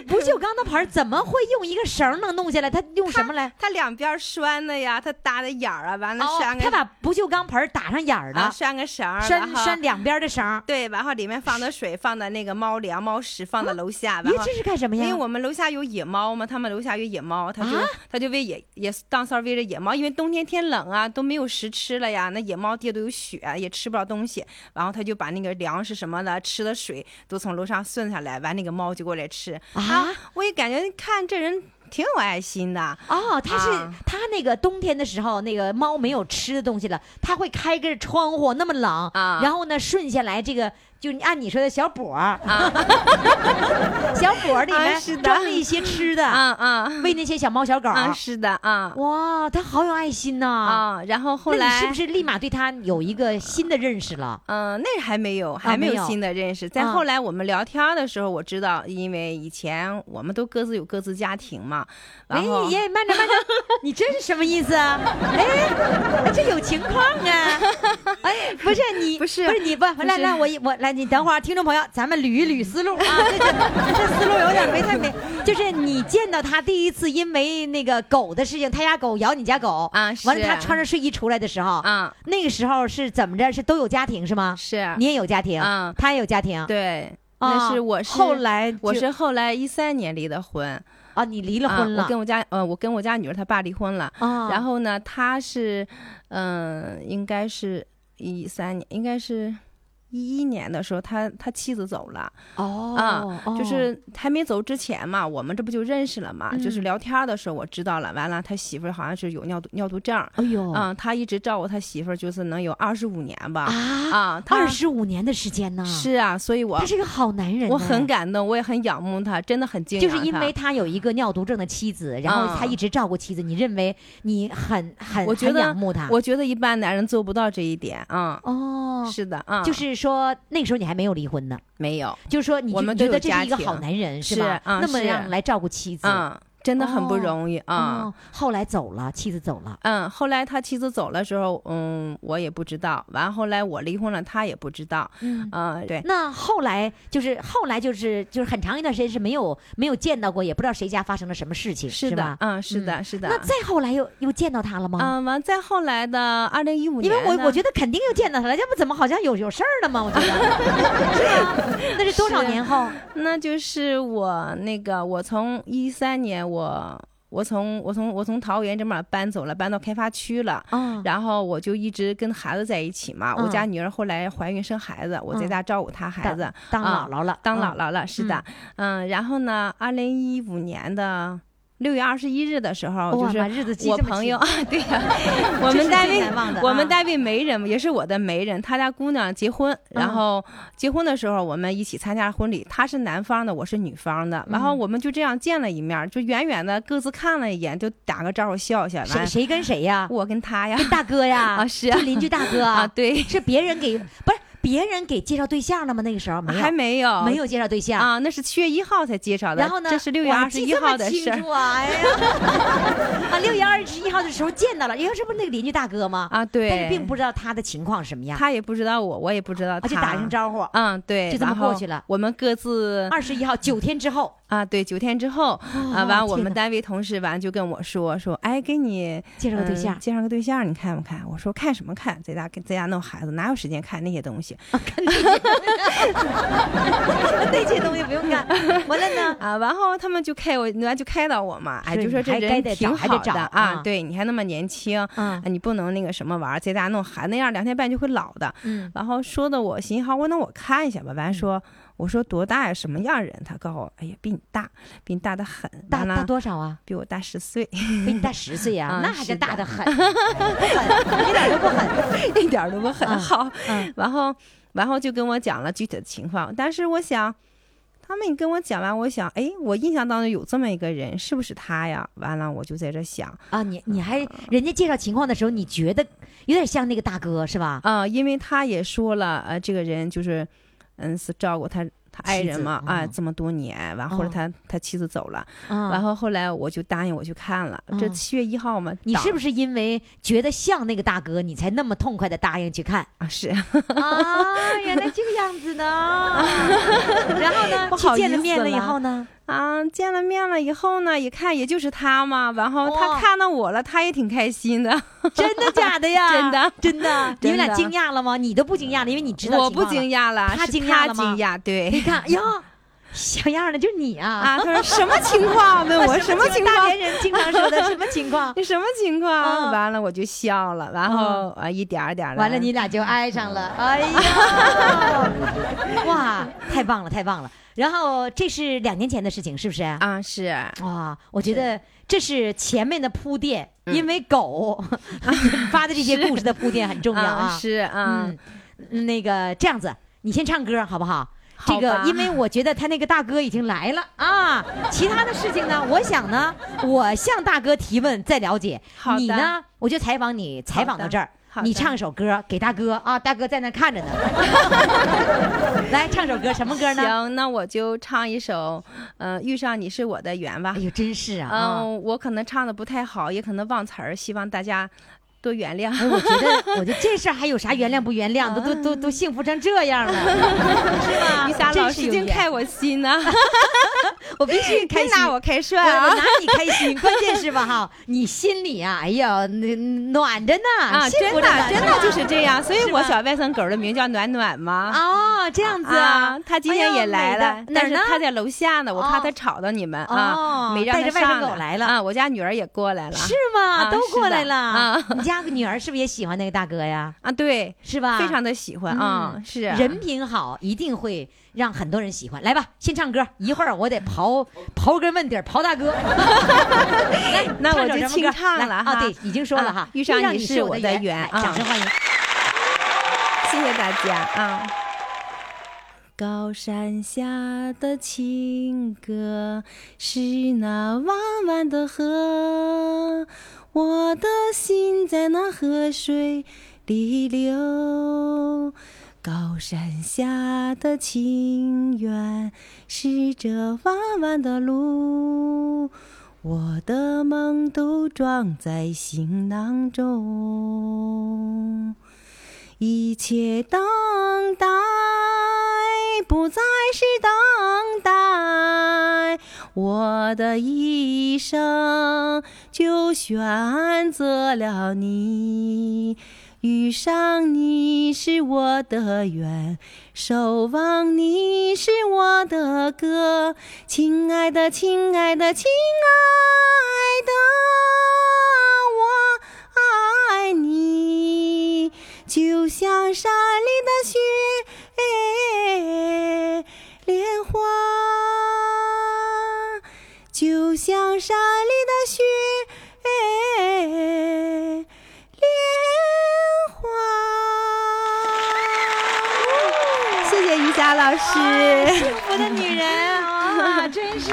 Speaker 3: 那不锈钢的盆儿怎么会用一个绳儿能弄下来？它用什么来？
Speaker 7: 它两边拴的呀，它搭的眼儿啊，完了
Speaker 3: 哦
Speaker 7: 拴，个、
Speaker 3: 他把不锈钢盆儿打上眼儿
Speaker 7: 啊
Speaker 3: 了，
Speaker 7: 拴个绳儿，然
Speaker 3: 拴
Speaker 7: 后
Speaker 3: 拴两边的绳儿。
Speaker 7: <laughs> 对，然后里面放的水，放的那个猫粮、猫食，放到楼下，然
Speaker 3: 咦，
Speaker 7: 后
Speaker 3: 这。是干什么
Speaker 7: 因
Speaker 3: 呀？啊
Speaker 7: 为我们楼下有野猫嘛，他们楼下有野猫，他就、他就喂野也当三喂着野猫，因为冬天天冷啊，都没有食吃了呀，那野猫地下都有雪，也吃不着东西，然后他就把那个粮食什么的、吃的水都从楼上顺下来，完那个猫就过来吃
Speaker 3: 啊，
Speaker 7: 我也感觉看这人挺有爱心的，
Speaker 3: 哦，它是
Speaker 7: 啊
Speaker 3: 它那个冬天的时候，那个猫没有吃的东西了，它会开个窗户，那么冷
Speaker 7: 啊
Speaker 3: 然后呢顺下来这个，就按你说的小钵啊， <laughs> 小钵儿里
Speaker 7: 啊是
Speaker 3: 面
Speaker 7: 的
Speaker 3: 装了一些吃的，
Speaker 7: 啊啊
Speaker 3: <laughs> 喂那些小猫小狗。
Speaker 7: 啊，是的啊
Speaker 3: 哇，它好有爱心呐！
Speaker 7: 啊，然后后
Speaker 3: 那
Speaker 7: 来
Speaker 3: 你是不是立马对它有一个新的认识了？
Speaker 7: 嗯，那还没有，还
Speaker 3: 啊没
Speaker 7: 没有
Speaker 3: 有
Speaker 7: 新的认识。再
Speaker 3: 啊
Speaker 7: 后来我们聊天的时候，我知道，因为以前我们都各自有各自家庭嘛，
Speaker 3: 哎
Speaker 7: 然后，
Speaker 3: 爷爷，慢着慢着，你这是什么意思啊？ <laughs> 哎，这有情况
Speaker 7: <laughs>
Speaker 3: 啊！哎，不是你，
Speaker 7: 不是
Speaker 3: 不是你不
Speaker 7: 是
Speaker 3: 来来，我一我来，你等会儿，听众朋友，咱们捋一捋思路啊，这这这思路有点没太明。就是你见到他第一次，因为那个狗的事情，他家狗咬你家狗
Speaker 7: 啊
Speaker 3: 完了
Speaker 7: 是
Speaker 3: 他穿着睡衣出来的时候
Speaker 7: 啊，
Speaker 3: 那个时候是怎么着？是都有家庭是吗？
Speaker 7: 是
Speaker 3: 你也有家庭
Speaker 7: 啊
Speaker 3: 他也有家庭，
Speaker 7: 对，
Speaker 3: 啊，
Speaker 7: 那是我是
Speaker 3: 后来
Speaker 7: 我
Speaker 3: 就是
Speaker 7: 后来一三年离的婚，
Speaker 3: 啊，你离了
Speaker 7: 啊
Speaker 3: 婚了
Speaker 7: 我跟我家呃，我跟我家女儿她爸离婚了，
Speaker 3: 啊，
Speaker 7: 然后呢，她是，嗯、应该是一三年，应该是。一一年的时候，他他妻子走了，
Speaker 3: 哦
Speaker 7: 啊，就
Speaker 3: 哦
Speaker 7: 是还没走之前嘛，我们这不就认识了嘛？就是
Speaker 3: 嗯
Speaker 7: 聊天的时候我知道了，完了他媳妇儿好像是有尿毒尿毒症，
Speaker 3: 哎呦
Speaker 7: 嗯，他一直照顾他媳妇儿，就是能有二十五年吧，
Speaker 3: 啊，
Speaker 7: 啊，他
Speaker 3: 二十五年的时间呢，
Speaker 7: 是啊，所以我
Speaker 3: 他是个好男人呢，
Speaker 7: 我很感动，我也很仰慕他，真的很敬仰
Speaker 3: 就
Speaker 7: 他，嗯
Speaker 3: 是因为他有一个尿毒症的妻子，然后他一直照顾妻子，你认为你很很
Speaker 7: 我觉
Speaker 3: 很
Speaker 7: 得
Speaker 3: 仰慕他，
Speaker 7: 我觉得一般男人做不到这一点啊，
Speaker 3: 哦，
Speaker 7: 是的啊，
Speaker 3: 就是说那个时候你还没有离婚呢，
Speaker 7: 没有，
Speaker 3: 就是说你
Speaker 7: 我
Speaker 3: 就
Speaker 7: 们
Speaker 3: 觉
Speaker 7: 都
Speaker 3: 得
Speaker 7: 有
Speaker 3: 这
Speaker 7: 家
Speaker 3: 是一个
Speaker 7: 庭
Speaker 3: 好男人
Speaker 7: 是
Speaker 3: 吧？
Speaker 7: 啊
Speaker 3: 那么
Speaker 7: 是
Speaker 3: 让来照顾妻子，
Speaker 7: 嗯，真的很不
Speaker 3: 哦
Speaker 7: 容易啊。
Speaker 3: 哦，后来走了，妻子走了，
Speaker 7: 嗯，后来他妻子走了之后，嗯，我也不知道。完后来我离婚了，他也不知道。
Speaker 3: 嗯。
Speaker 7: 嗯，对，
Speaker 3: 那后来就是后来就是就是很长一段时间是没有没有见到过，也不知道谁家发生了什么事情，是
Speaker 7: 是的
Speaker 3: 吧，？
Speaker 7: 嗯，是的，是的。
Speaker 3: 那再后来又又见到他了吗？
Speaker 7: 嗯，完再后来的二零一五
Speaker 3: 因
Speaker 7: 年呢，
Speaker 3: 为我我觉得肯定又见到他了，要不怎么好像有有事儿了嘛？我觉得是吧？那
Speaker 7: <laughs>
Speaker 3: 是多啊少
Speaker 7: 是
Speaker 3: 年 <laughs> 后？
Speaker 7: 那就是我那个，我从一三年我。我从我从我从桃园这边搬走了，搬到开发区了，
Speaker 3: 啊
Speaker 7: 然后我就一直跟孩子在一起嘛。
Speaker 3: 嗯
Speaker 7: 我家女儿后来怀孕生孩子，我在家照顾她孩子，
Speaker 3: 当
Speaker 7: 啊
Speaker 3: 姥姥了，
Speaker 7: 当姥
Speaker 3: 嗯
Speaker 7: 姥了，是的，嗯，然后呢，二零一五年的六月二十一日的时候，就
Speaker 3: 哇，把
Speaker 7: 是
Speaker 3: 日子记
Speaker 7: 我
Speaker 3: 这么
Speaker 7: 朋
Speaker 3: 清
Speaker 7: 友 <laughs> 啊，对
Speaker 3: <laughs>
Speaker 7: 呀、我
Speaker 3: 这
Speaker 7: 们
Speaker 3: 是
Speaker 7: 单
Speaker 3: 最
Speaker 7: 位
Speaker 3: 难忘的
Speaker 7: 我们
Speaker 3: 啊
Speaker 7: 单位媒人也是我的媒人，他家姑娘结婚，
Speaker 3: 嗯
Speaker 7: 然后结婚的时候我们一起参加婚礼，他是男方的，我是女方的，
Speaker 3: 嗯
Speaker 7: 然后我们就这样见了一面，就远远的各自看了一眼，就打个招呼笑一下，
Speaker 3: 谁
Speaker 7: 完
Speaker 3: 谁跟谁呀？
Speaker 7: 我跟他呀，
Speaker 3: 跟大哥呀？
Speaker 7: <laughs> 啊是啊
Speaker 3: 就邻居大哥
Speaker 7: <laughs> 啊对，
Speaker 3: 是别人给不是别人给介绍对象了吗？那个时候没有
Speaker 7: 还没有
Speaker 3: 没有介绍对象。
Speaker 7: 啊，那是七月一号才介绍的，
Speaker 3: 然后呢？
Speaker 7: 这是六月
Speaker 3: 哇
Speaker 7: 二十
Speaker 3: 记
Speaker 7: 一
Speaker 3: 这么
Speaker 7: 号的事儿
Speaker 3: 清楚啊！
Speaker 7: <laughs>
Speaker 3: 哎呀， <laughs> 啊，六月二十一号的时候见到了，因为这不是那个邻居大哥吗？但
Speaker 7: 啊，
Speaker 3: 是
Speaker 7: 对，
Speaker 3: 并不知道他的情况什么样，
Speaker 7: 他也不知道我，我也不知道
Speaker 3: 啊，
Speaker 7: 他，
Speaker 3: 就打声招呼。
Speaker 7: 嗯，对，
Speaker 3: 就这么
Speaker 7: 然后
Speaker 3: 过去了
Speaker 7: 我们各自
Speaker 3: 二十一
Speaker 7: <laughs>
Speaker 3: 号九天之后
Speaker 7: 啊，对，九天之后啊，
Speaker 3: 啊
Speaker 7: 完我们单位同事完就跟我说说，哎，给你
Speaker 3: 介绍个对
Speaker 7: 嗯
Speaker 3: 象，
Speaker 7: 介绍个对象，你看不看？我说看什么看，在家在家弄孩子，哪有时间看那些东西
Speaker 3: 那些东西不用干。完了呢，
Speaker 7: 啊？然后他们就开我，完就开导我嘛，哎，
Speaker 3: 是
Speaker 7: 就说
Speaker 3: 你
Speaker 7: 这
Speaker 3: 还该
Speaker 7: 人
Speaker 3: 得
Speaker 7: 挺
Speaker 3: 找还得
Speaker 7: 好的
Speaker 3: 找
Speaker 7: 啊
Speaker 3: 啊，
Speaker 7: 对你还那么年轻，啊
Speaker 3: 嗯
Speaker 7: 你不能那个什么玩，儿，在家弄孩子那样，两天半就会老的。
Speaker 3: 嗯
Speaker 7: 然后说的我心好，我那我看一下吧。完说，我我说多大呀，什么样人？他告诉我，哎呀，比你大，比你大的很，
Speaker 3: 大
Speaker 7: 完了
Speaker 3: 大多少啊？
Speaker 7: 比我大十岁，
Speaker 3: 比你大十岁呀、
Speaker 7: 啊
Speaker 3: 那还
Speaker 7: 是
Speaker 3: 叫
Speaker 7: 的
Speaker 3: 大的很，不
Speaker 7: <laughs>
Speaker 3: 狠，一点都不狠。
Speaker 7: 一点儿都不很
Speaker 3: 啊
Speaker 7: 好。
Speaker 3: 嗯
Speaker 7: 然后，然后就跟我讲了具体的情况。但是我想，他们跟我讲完，我想，哎，我印象当中有这么一个人，是不是他呀？完了，我就在这想，嗯
Speaker 3: 啊，你你还人家介绍情况的时候，你觉得有点像那个大哥是吧？
Speaker 7: 啊、因为他也说了，呃，这个人就是，嗯，是照顾他他 <laughs> 爱
Speaker 3: 妻
Speaker 7: 人
Speaker 3: 子
Speaker 7: 嘛，啊、
Speaker 3: 哦
Speaker 7: 这么多年，完后来
Speaker 3: 哦
Speaker 7: 他、他妻子走了，
Speaker 3: 啊，
Speaker 7: 然后后来我就答应我去看了，这
Speaker 3: 哦
Speaker 7: 七月一号嘛，
Speaker 3: 你是不
Speaker 7: 是
Speaker 3: 是因为觉得像那个大哥，你才那么痛快的答应去看？
Speaker 7: 啊？是
Speaker 3: 啊，原来这个样子呢。
Speaker 7: <laughs>
Speaker 3: 然后呢
Speaker 7: 不
Speaker 3: 去
Speaker 7: 好
Speaker 3: 见了
Speaker 7: 意思
Speaker 3: 面了以
Speaker 7: 了
Speaker 3: 后呢，
Speaker 7: 啊，见了面了以后呢，一看也就是他嘛，然后
Speaker 3: 哇
Speaker 7: 他看到我了，他也挺开心的，
Speaker 3: 哦 <laughs> 真的假的呀？
Speaker 7: <laughs> 真的
Speaker 3: 真
Speaker 7: <laughs>
Speaker 3: 的，你们俩
Speaker 7: 真的
Speaker 3: 惊讶了吗？你都不惊讶了，因为你知道
Speaker 7: 我
Speaker 3: 情况
Speaker 7: 不
Speaker 3: 了
Speaker 7: 惊。讶了，
Speaker 3: 他
Speaker 7: 是
Speaker 3: 惊讶
Speaker 7: 他
Speaker 3: 了吗
Speaker 7: 惊讶，
Speaker 3: 你
Speaker 7: 对。
Speaker 3: 看呀，小样儿的，就是你啊！
Speaker 7: <laughs> 啊，他说什么情况？问
Speaker 3: <laughs>
Speaker 7: 我什么情
Speaker 3: 大
Speaker 7: 况
Speaker 3: 连？人经常说的什么情况？
Speaker 7: <laughs> 你什么情况？
Speaker 3: 啊
Speaker 7: 完了我就笑了，然后啊一点儿点儿的。
Speaker 3: 嗯完了，你俩就爱上了。
Speaker 7: 嗯
Speaker 3: 哎
Speaker 7: <laughs>
Speaker 3: 呀，哇，太棒了，太棒了！然后这是两年前的事情，是不是？
Speaker 7: 啊是，
Speaker 3: 哇，我觉得这是前面的铺垫，因为狗引 <laughs> 发的这些故事的铺垫很重要啊。
Speaker 7: 啊 <laughs> 是啊，
Speaker 3: 嗯，那个这样子，你先唱歌好不好？这
Speaker 7: 好
Speaker 3: 个
Speaker 7: 吧，
Speaker 3: 因为我觉得他那个大哥已经来了啊，其他的事情呢，我想呢，我向大哥提问再了解
Speaker 7: 好。的
Speaker 3: 你呢，我就采访你，采访到这儿
Speaker 7: 好。的
Speaker 3: 你唱首歌给大哥啊，大哥在那看着呢。 <laughs> 来唱首歌，什么歌呢？
Speaker 7: 行，那我就唱一首，呃，遇上你是我的缘吧
Speaker 3: 哎。呦，真是啊！啊
Speaker 7: 嗯，我可能唱的不太好，也可能忘词儿，希望大家多原谅。
Speaker 3: 哎，
Speaker 7: 嗯
Speaker 3: 我觉
Speaker 7: <laughs>
Speaker 3: 得，我觉得这事儿还有啥原谅不原谅的，都都都都幸福成这样
Speaker 7: <laughs>
Speaker 3: 了，是吧？
Speaker 7: 于霞
Speaker 3: 啊真
Speaker 7: 老
Speaker 3: 是
Speaker 7: 师
Speaker 3: 有
Speaker 7: 净
Speaker 3: 缘
Speaker 7: 开我心
Speaker 3: <laughs>
Speaker 7: 呢，
Speaker 3: 我必须开
Speaker 7: 别
Speaker 3: 心
Speaker 7: 拿。我开
Speaker 3: 我
Speaker 7: 涮
Speaker 3: 我
Speaker 7: 啊！
Speaker 3: 拿你开心，关键是吧哈，你心里啊，哎呀，那暖着呢，
Speaker 7: 啊，
Speaker 3: 幸
Speaker 7: 真
Speaker 3: 福
Speaker 7: 的
Speaker 3: 着呢
Speaker 7: 真的就是这样，所以
Speaker 3: 是
Speaker 7: 我
Speaker 3: 吧
Speaker 7: 小外甥狗的名叫暖暖嘛。
Speaker 3: 哦，这样子啊
Speaker 7: 啊，，他今天也来
Speaker 3: 哎
Speaker 7: 了
Speaker 3: 呀，美的哪
Speaker 7: 但
Speaker 3: 儿
Speaker 7: 是
Speaker 3: 呢？
Speaker 7: 他在楼下呢，我怕
Speaker 3: 哦
Speaker 7: 他吵到你们
Speaker 3: 哦
Speaker 7: 啊，没让
Speaker 3: 带着
Speaker 7: 他
Speaker 3: 外甥
Speaker 7: 上
Speaker 3: 狗来了
Speaker 7: 啊。我家女儿也过来了，
Speaker 3: 是吗？
Speaker 7: 啊
Speaker 3: 都过来
Speaker 7: 是的
Speaker 3: 了
Speaker 7: 啊
Speaker 3: 你家女儿是不是也喜欢那个大哥呀？
Speaker 7: 啊，对，
Speaker 3: 是吧？
Speaker 7: 非常的喜欢啊
Speaker 3: 嗯，
Speaker 7: 是
Speaker 3: 人品好，一定会让很多人喜欢。来吧，先唱歌，一会儿我得
Speaker 7: <laughs>
Speaker 3: 刨刨根问底儿刨大哥。来
Speaker 7: 那我
Speaker 3: 首
Speaker 7: 就
Speaker 3: 什么
Speaker 7: 清
Speaker 3: 歌
Speaker 7: 唱
Speaker 3: 来
Speaker 7: 了
Speaker 3: 啊，
Speaker 7: 哈
Speaker 3: 对，已经说了哈
Speaker 7: 啊，遇上你
Speaker 3: 你
Speaker 7: 是
Speaker 3: 我
Speaker 7: 我的
Speaker 3: 缘
Speaker 7: 缘
Speaker 3: 来
Speaker 7: 啊
Speaker 3: 掌声欢迎。
Speaker 7: 谢谢大家啊！高山下的情歌是那弯弯的河，我的心在那河水里流。高山下的情缘是这弯弯的路，我的梦都装在行囊中。一切等待不再是等待，我的一生就选择了你。遇上你是我的缘，守望你是我的歌，亲爱的，亲爱的，亲爱的，我爱你，就像山里的雪，莲花，就像山里的雪，莲花。谢谢瑜伽老师，
Speaker 3: 幸福的女人啊，真是。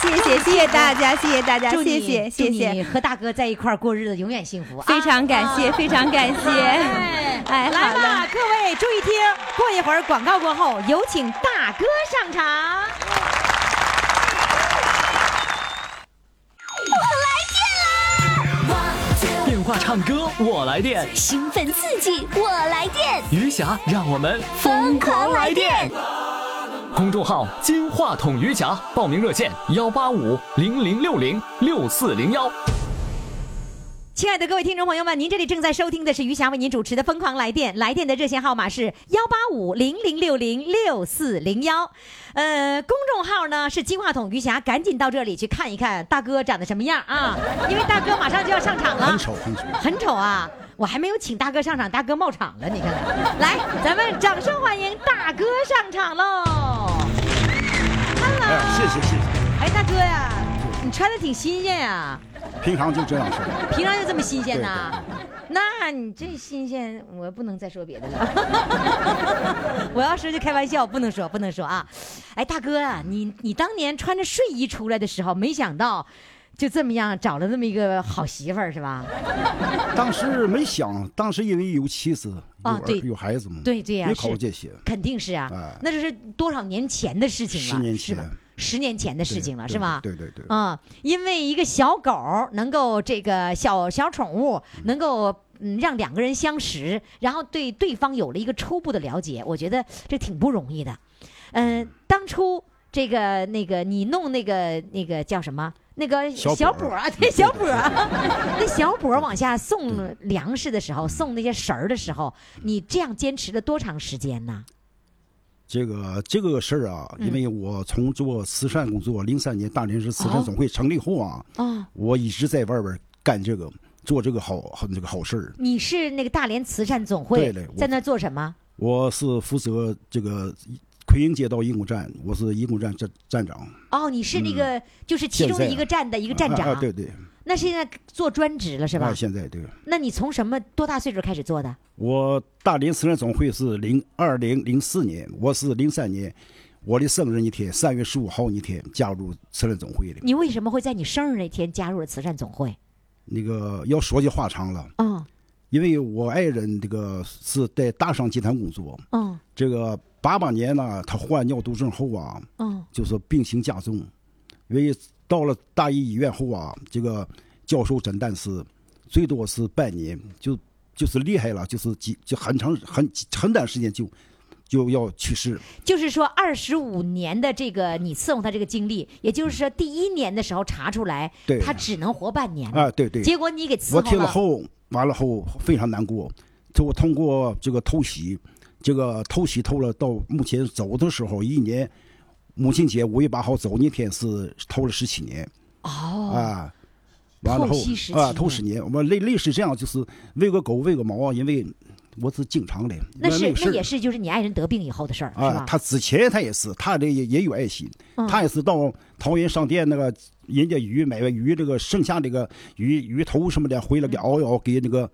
Speaker 7: 谢谢谢谢大家，谢谢大家，
Speaker 3: 祝
Speaker 7: 谢
Speaker 3: 你
Speaker 7: 谢
Speaker 3: 祝
Speaker 7: 谢
Speaker 3: 你
Speaker 7: 谢，
Speaker 3: 和大哥在一块儿过日子，永远幸福啊！
Speaker 7: 非常感谢，非常
Speaker 8: <laughs>
Speaker 7: 感谢。
Speaker 3: 哎，
Speaker 7: 哎
Speaker 3: 来
Speaker 7: 好了
Speaker 3: 吧，各位注意听，过一会儿广告过后，有请大哥上场。
Speaker 1: 电话唱歌我来电，
Speaker 2: 呃兴奋刺激，我来电！
Speaker 1: 余霞让我们疯狂来电。公众号“金话筒余霞”，报名热线：幺八五零零六零六四零幺。
Speaker 3: 亲爱的各位听众朋友们，您这里正在收听的是余霞为您主持的《疯狂来电》，来电的热线号码是幺八五零零六零六四零幺，呃，公众号呢是金话筒余霞，赶紧到这里去看一看大哥长得什么样啊，因为大哥马上就要上场了，很丑，很丑啊！我还没有请大哥上场，大哥冒场了，你看看。来，咱们掌声欢迎大哥上场喽！
Speaker 9: 哎呀，谢谢谢谢，
Speaker 3: 哎，大哥呀，你穿的挺新鲜呀，
Speaker 9: 平常就这样说的。
Speaker 3: 平常就这么新鲜呐？那你这新鲜，我不能再说别的了。我要说就开玩笑，不能说，不能说啊！哎，大哥啊，你你当年穿着睡衣出来的时候，没想到就这么样找了这么一个好媳妇儿是吧？
Speaker 9: 哎当时没想，当时因为有妻子、有
Speaker 3: 啊
Speaker 9: 儿、
Speaker 3: 对
Speaker 9: 有孩子嘛，
Speaker 3: 对对呀
Speaker 9: 没考
Speaker 3: 是
Speaker 9: 虑这些。
Speaker 3: 肯定是啊，
Speaker 9: 哎
Speaker 3: 那就是多少年前的事情了，
Speaker 9: 十年
Speaker 3: 是吧
Speaker 9: 前？
Speaker 3: 十年前的事情了，是吧？
Speaker 9: 对对对对
Speaker 3: 啊、因为一个小狗儿能够这个小小宠物能够。嗯，让两个人相识，然后对对方有了一个初步的了解，我觉得这挺不容易的。嗯、当初这个那个你弄那个那个叫什么？那个
Speaker 9: 小
Speaker 3: 小
Speaker 9: 补
Speaker 3: 补
Speaker 9: 儿
Speaker 3: 啊，对小
Speaker 9: 对
Speaker 3: 补儿， <laughs> 那小补儿往下送粮食的时候，送那些食儿的时候，你这样坚持了多长时间呢？
Speaker 9: 这个这个事儿啊，
Speaker 3: 嗯
Speaker 9: 因为我从做慈善工作，零三年大连市慈
Speaker 3: 哦
Speaker 9: 善总会成立后啊，
Speaker 3: 哦，
Speaker 9: 我一直在外边干这个，做这个好好这个好事儿。
Speaker 3: 你是那个大连慈善总会
Speaker 9: 对嘞我
Speaker 3: 在那儿做什么？
Speaker 9: 我是负责这个奎英街道义工站，我是义工站站站长，
Speaker 3: 哦，你是那个、就是其中
Speaker 9: 嗯现在
Speaker 3: 的
Speaker 9: 啊
Speaker 3: 一个站的一个站
Speaker 9: 啊
Speaker 3: 长，
Speaker 9: 啊对对，
Speaker 3: 那现在做专职了是吧？
Speaker 9: 啊现在对。
Speaker 3: 那你从什么多大岁数开始做的？
Speaker 9: 我大连慈善总会是零二零零四年，我是零三年，我的生日那天，三月十五号那天加入慈善总会的。
Speaker 3: 你为什么会在你生日那天加入了慈善总会？
Speaker 9: 那个要说起话长了，
Speaker 3: 嗯
Speaker 9: 因为我爱人这个是在大商集团工作，
Speaker 3: 嗯
Speaker 9: 这个八八年呢，他患尿毒症后啊，
Speaker 3: 嗯
Speaker 9: 就是病情加重，因为到了大医医院后啊，这个教授诊断是最多是半年，就就是厉害了，就是几就很长很很短时间就就要去世。
Speaker 3: 就是说二十五年的这个你伺候他这个经历，也就是说第一年的时候查出来
Speaker 9: 对，
Speaker 3: 他只能活半年
Speaker 9: 啊，对对，
Speaker 3: 嗯结果你给伺
Speaker 9: 我
Speaker 3: 候
Speaker 9: 听
Speaker 3: 了
Speaker 9: 了后，完了后非常难过。就我通过这个偷袭，这个偷袭偷了，到目前走的时候，一年母亲节五月八号走那天是偷了十七年。哦。啊。完了
Speaker 3: 偷
Speaker 9: 后
Speaker 3: 袭17
Speaker 9: 啊，
Speaker 3: 年
Speaker 9: 偷十年，我类类似这样，就是喂个狗喂个猫啊，因为我是经常的。
Speaker 3: 那是
Speaker 9: 个事
Speaker 3: 那
Speaker 9: 儿
Speaker 3: 也是就是你爱人得病以后的事儿、是
Speaker 9: 啊
Speaker 3: 吧，？
Speaker 9: 他之前他也是，他这也也有爱心，
Speaker 3: 嗯
Speaker 9: 他也是到桃园商店那个人家鱼买完鱼这个剩下这个鱼鱼头什么的回来给熬一熬，给那个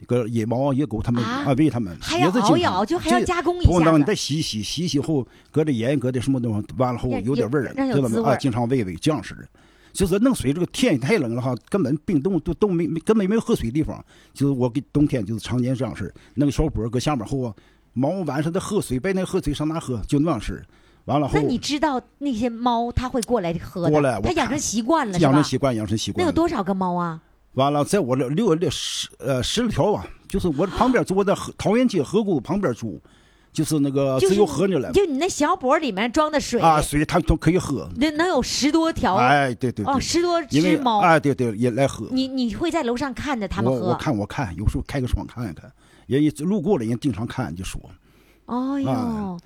Speaker 9: 那个野猫野狗他们
Speaker 3: 啊
Speaker 9: 啊喂他们，
Speaker 3: 还
Speaker 9: 也
Speaker 3: 要
Speaker 9: 是
Speaker 3: 熬一
Speaker 9: 经常
Speaker 3: 熬就还要
Speaker 9: 这
Speaker 3: 加工一下
Speaker 9: 咣当
Speaker 3: 子
Speaker 9: 你再洗一洗洗一洗后，搁点盐搁点什么东西，完了后
Speaker 3: 让
Speaker 9: 有点味儿，
Speaker 3: 让让有
Speaker 9: 知道
Speaker 3: 滋味
Speaker 9: 吗？
Speaker 3: 儿
Speaker 9: 啊，经常喂喂这样式的。就是弄水，这个天太冷了哈，根本冰冻都都没没根本没有喝水地方。就是我给冬天就是常年这样式儿，那个小波搁下面后啊，忙完晚上再喝水，白天喝水上哪喝就那样式儿。完了后
Speaker 3: 那你知道那些猫它会过来喝的，
Speaker 9: 过来我
Speaker 3: 它养成习惯了是吧？
Speaker 9: 养成习惯，养成习
Speaker 3: 那
Speaker 9: 惯
Speaker 3: 有
Speaker 9: 了。
Speaker 3: 多少个猫啊？
Speaker 9: 完了，在我这六六十呃十来条啊，就是我旁边住，我在河桃园街河谷旁边住，就是那个
Speaker 3: 就
Speaker 9: 啊
Speaker 3: 是
Speaker 9: 自由河那了
Speaker 3: 就你那小钵里面装的水
Speaker 9: 啊，水它都可以喝。
Speaker 3: 那能有十多条，
Speaker 9: 哎，对对
Speaker 3: 哦，
Speaker 9: 对，
Speaker 3: 十多
Speaker 9: 因为
Speaker 3: 只猫。
Speaker 9: 哎，对对也来喝。
Speaker 3: 你你会在楼上看着它们
Speaker 9: 我我
Speaker 3: 喝？
Speaker 9: 看我看，有时候开个窗看一看，人家路过了人家经常看就说，
Speaker 3: 哦呦
Speaker 9: 啊，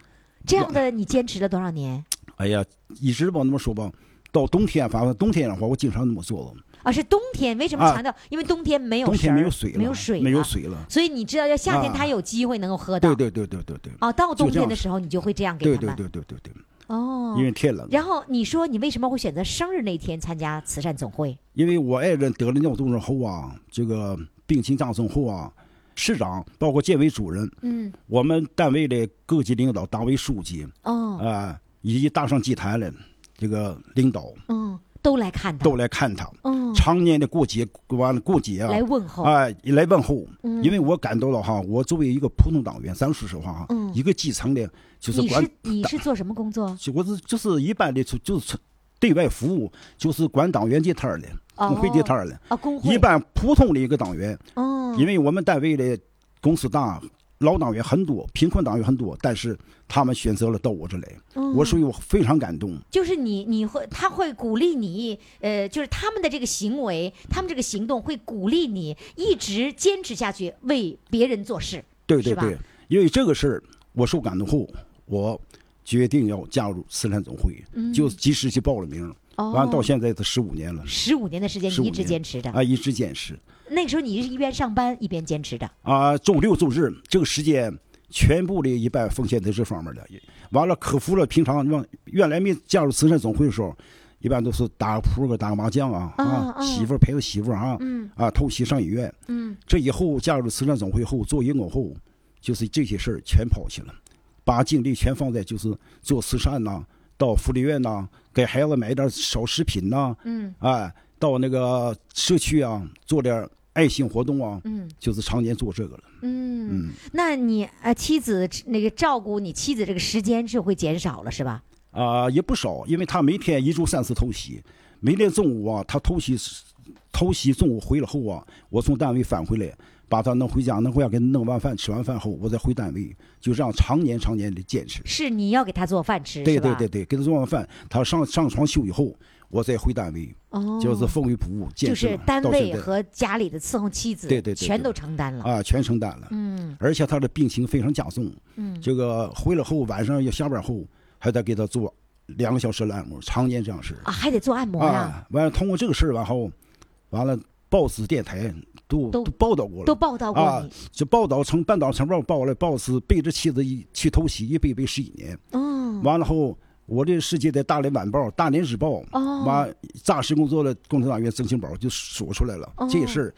Speaker 3: 这样的你坚持了多少年？
Speaker 9: 哎呀，一直吧那么说吧，到冬天反正冬天的话，我经常那么做了。
Speaker 3: 啊，是冬天？为什么
Speaker 9: 啊
Speaker 3: 强调？因为冬天没有
Speaker 9: 冬天没有
Speaker 3: 食儿
Speaker 9: 水了，
Speaker 3: 没有水，
Speaker 9: 没有。水了。
Speaker 3: 所以你知道，要夏天
Speaker 9: 啊
Speaker 3: 它有机会能够喝到。
Speaker 9: 对对对对对对，
Speaker 3: 哦，到
Speaker 9: 就
Speaker 3: 冬
Speaker 9: 这
Speaker 3: 天
Speaker 9: 样
Speaker 3: 的时候你就会这样给
Speaker 9: 对
Speaker 3: 它
Speaker 9: 对
Speaker 3: 们。
Speaker 9: 对对对对，
Speaker 3: 哦
Speaker 9: 因。为天冷。
Speaker 3: 然后你说你为什么会选择生日那天参加慈善总会？
Speaker 9: 因为我爱人得了尿毒症后啊，这个病情加重后啊，市长包括建委主任，
Speaker 3: 嗯，
Speaker 9: 我们单位的各级领导、党委书记啊、
Speaker 3: 哦，
Speaker 9: 以及大上集团的这个领导
Speaker 3: 嗯，都来看他。
Speaker 9: 都来看他。
Speaker 3: 嗯，
Speaker 9: 常年的过节，完了过节啊，
Speaker 3: 来问候
Speaker 9: 哎、来问候、
Speaker 3: 嗯
Speaker 9: 因为我感到了哈，我作为一个普通党员，咱说实话哈，
Speaker 3: 嗯
Speaker 9: 一个基层的，就是
Speaker 3: 你
Speaker 9: 管
Speaker 3: 是你是做什么工作？
Speaker 9: 就我是就是一般的，就就是对外服务，就是管党员这摊儿的，
Speaker 3: 哦
Speaker 9: 工会这摊儿的。
Speaker 3: 啊，工会
Speaker 9: 一般普通的一个党员，
Speaker 3: 哦，
Speaker 9: 因为我们单位的公司大，老党员很多，贫困党员很多，但是他们选择了到我这来，
Speaker 3: 哦
Speaker 9: 我属于我非常感动。
Speaker 3: 就是你你会他会鼓励你，呃，就是他们的这个行为，他们这个行动会鼓励你一直坚持下去，为别人做事。
Speaker 9: 对
Speaker 3: 是
Speaker 9: 对
Speaker 3: 吧
Speaker 9: 对，因为这个事儿，我受感动后，我决定要加入慈善总会，就及时去报了名。
Speaker 3: 嗯哦
Speaker 9: 完了到现在都十五年了，
Speaker 3: 十五年的时间，
Speaker 9: 15
Speaker 3: 你一直
Speaker 9: 年
Speaker 3: 坚持着。
Speaker 9: 啊，一直坚持。
Speaker 3: 那个时候你是一边上班一边坚持着，
Speaker 9: 啊，周六周日这个时间全部的一半奉献在这方面的。完了，克服了平常让原来没加入慈善总会的时候，一般都是打个扑克、打个麻将啊
Speaker 3: 啊
Speaker 9: 啊，
Speaker 3: 啊
Speaker 9: 媳妇儿陪着媳妇儿啊，
Speaker 3: 嗯
Speaker 9: 啊，偷袭上医院。
Speaker 3: 嗯，
Speaker 9: 这以后加入慈善总会后，做义工后，就是这些事儿全抛弃了，把精力全放在就是做慈善呐、到福利院呐、给孩子买点小食品呐、
Speaker 3: 嗯
Speaker 9: 哎，到那个社区啊，做点爱心活动啊，
Speaker 3: 嗯
Speaker 9: 就是常年做这个了。
Speaker 3: 嗯。
Speaker 9: 嗯
Speaker 3: 那你呃，妻子那个照顾你妻子这个时间就会减少了，是吧？
Speaker 9: 啊、也不少，因为他每天一周三次偷袭，每天中午啊，他偷袭，偷袭中午回了后啊，我从单位返回来，把他弄回家，弄回家给他弄完饭，吃完饭后，我再回单位，就这样常年常年的坚持。
Speaker 3: 是你要给他做饭吃，
Speaker 9: 对
Speaker 3: 是吧
Speaker 9: 对对对，给他做完饭，他上上床休息后，我再回单位，
Speaker 3: 哦，
Speaker 9: 就是风雨不误，坚
Speaker 3: 就
Speaker 9: 持
Speaker 3: 是
Speaker 9: 了
Speaker 3: 单
Speaker 9: 到现
Speaker 3: 位
Speaker 9: 在
Speaker 3: 和家里的伺候妻子，
Speaker 9: 对对对对
Speaker 3: 全都承担了。
Speaker 9: 啊全承担了。
Speaker 3: 嗯
Speaker 9: 而且他的病情非常加重，
Speaker 3: 嗯
Speaker 9: 这个回来后晚上要下班后，还得给他做两个小时的按摩，常年这样式。
Speaker 3: 啊，还得做按摩呀，
Speaker 9: 啊，完了，通过这个事儿，完后，完了，报纸、电台都
Speaker 3: 都
Speaker 9: 报道过
Speaker 3: 都
Speaker 9: 了，
Speaker 3: 报道过
Speaker 9: 啊
Speaker 3: 你。
Speaker 9: 就报道成半岛晨报报了，报纸背着妻子一去偷袭，一背背十几年。
Speaker 3: 嗯，
Speaker 9: 完了后，我这世界的《大连晚报》《大连日报》
Speaker 3: 哦
Speaker 9: 完诈尸工作的共产党员曾庆宝就说出来了、
Speaker 3: 哦
Speaker 9: 这事儿。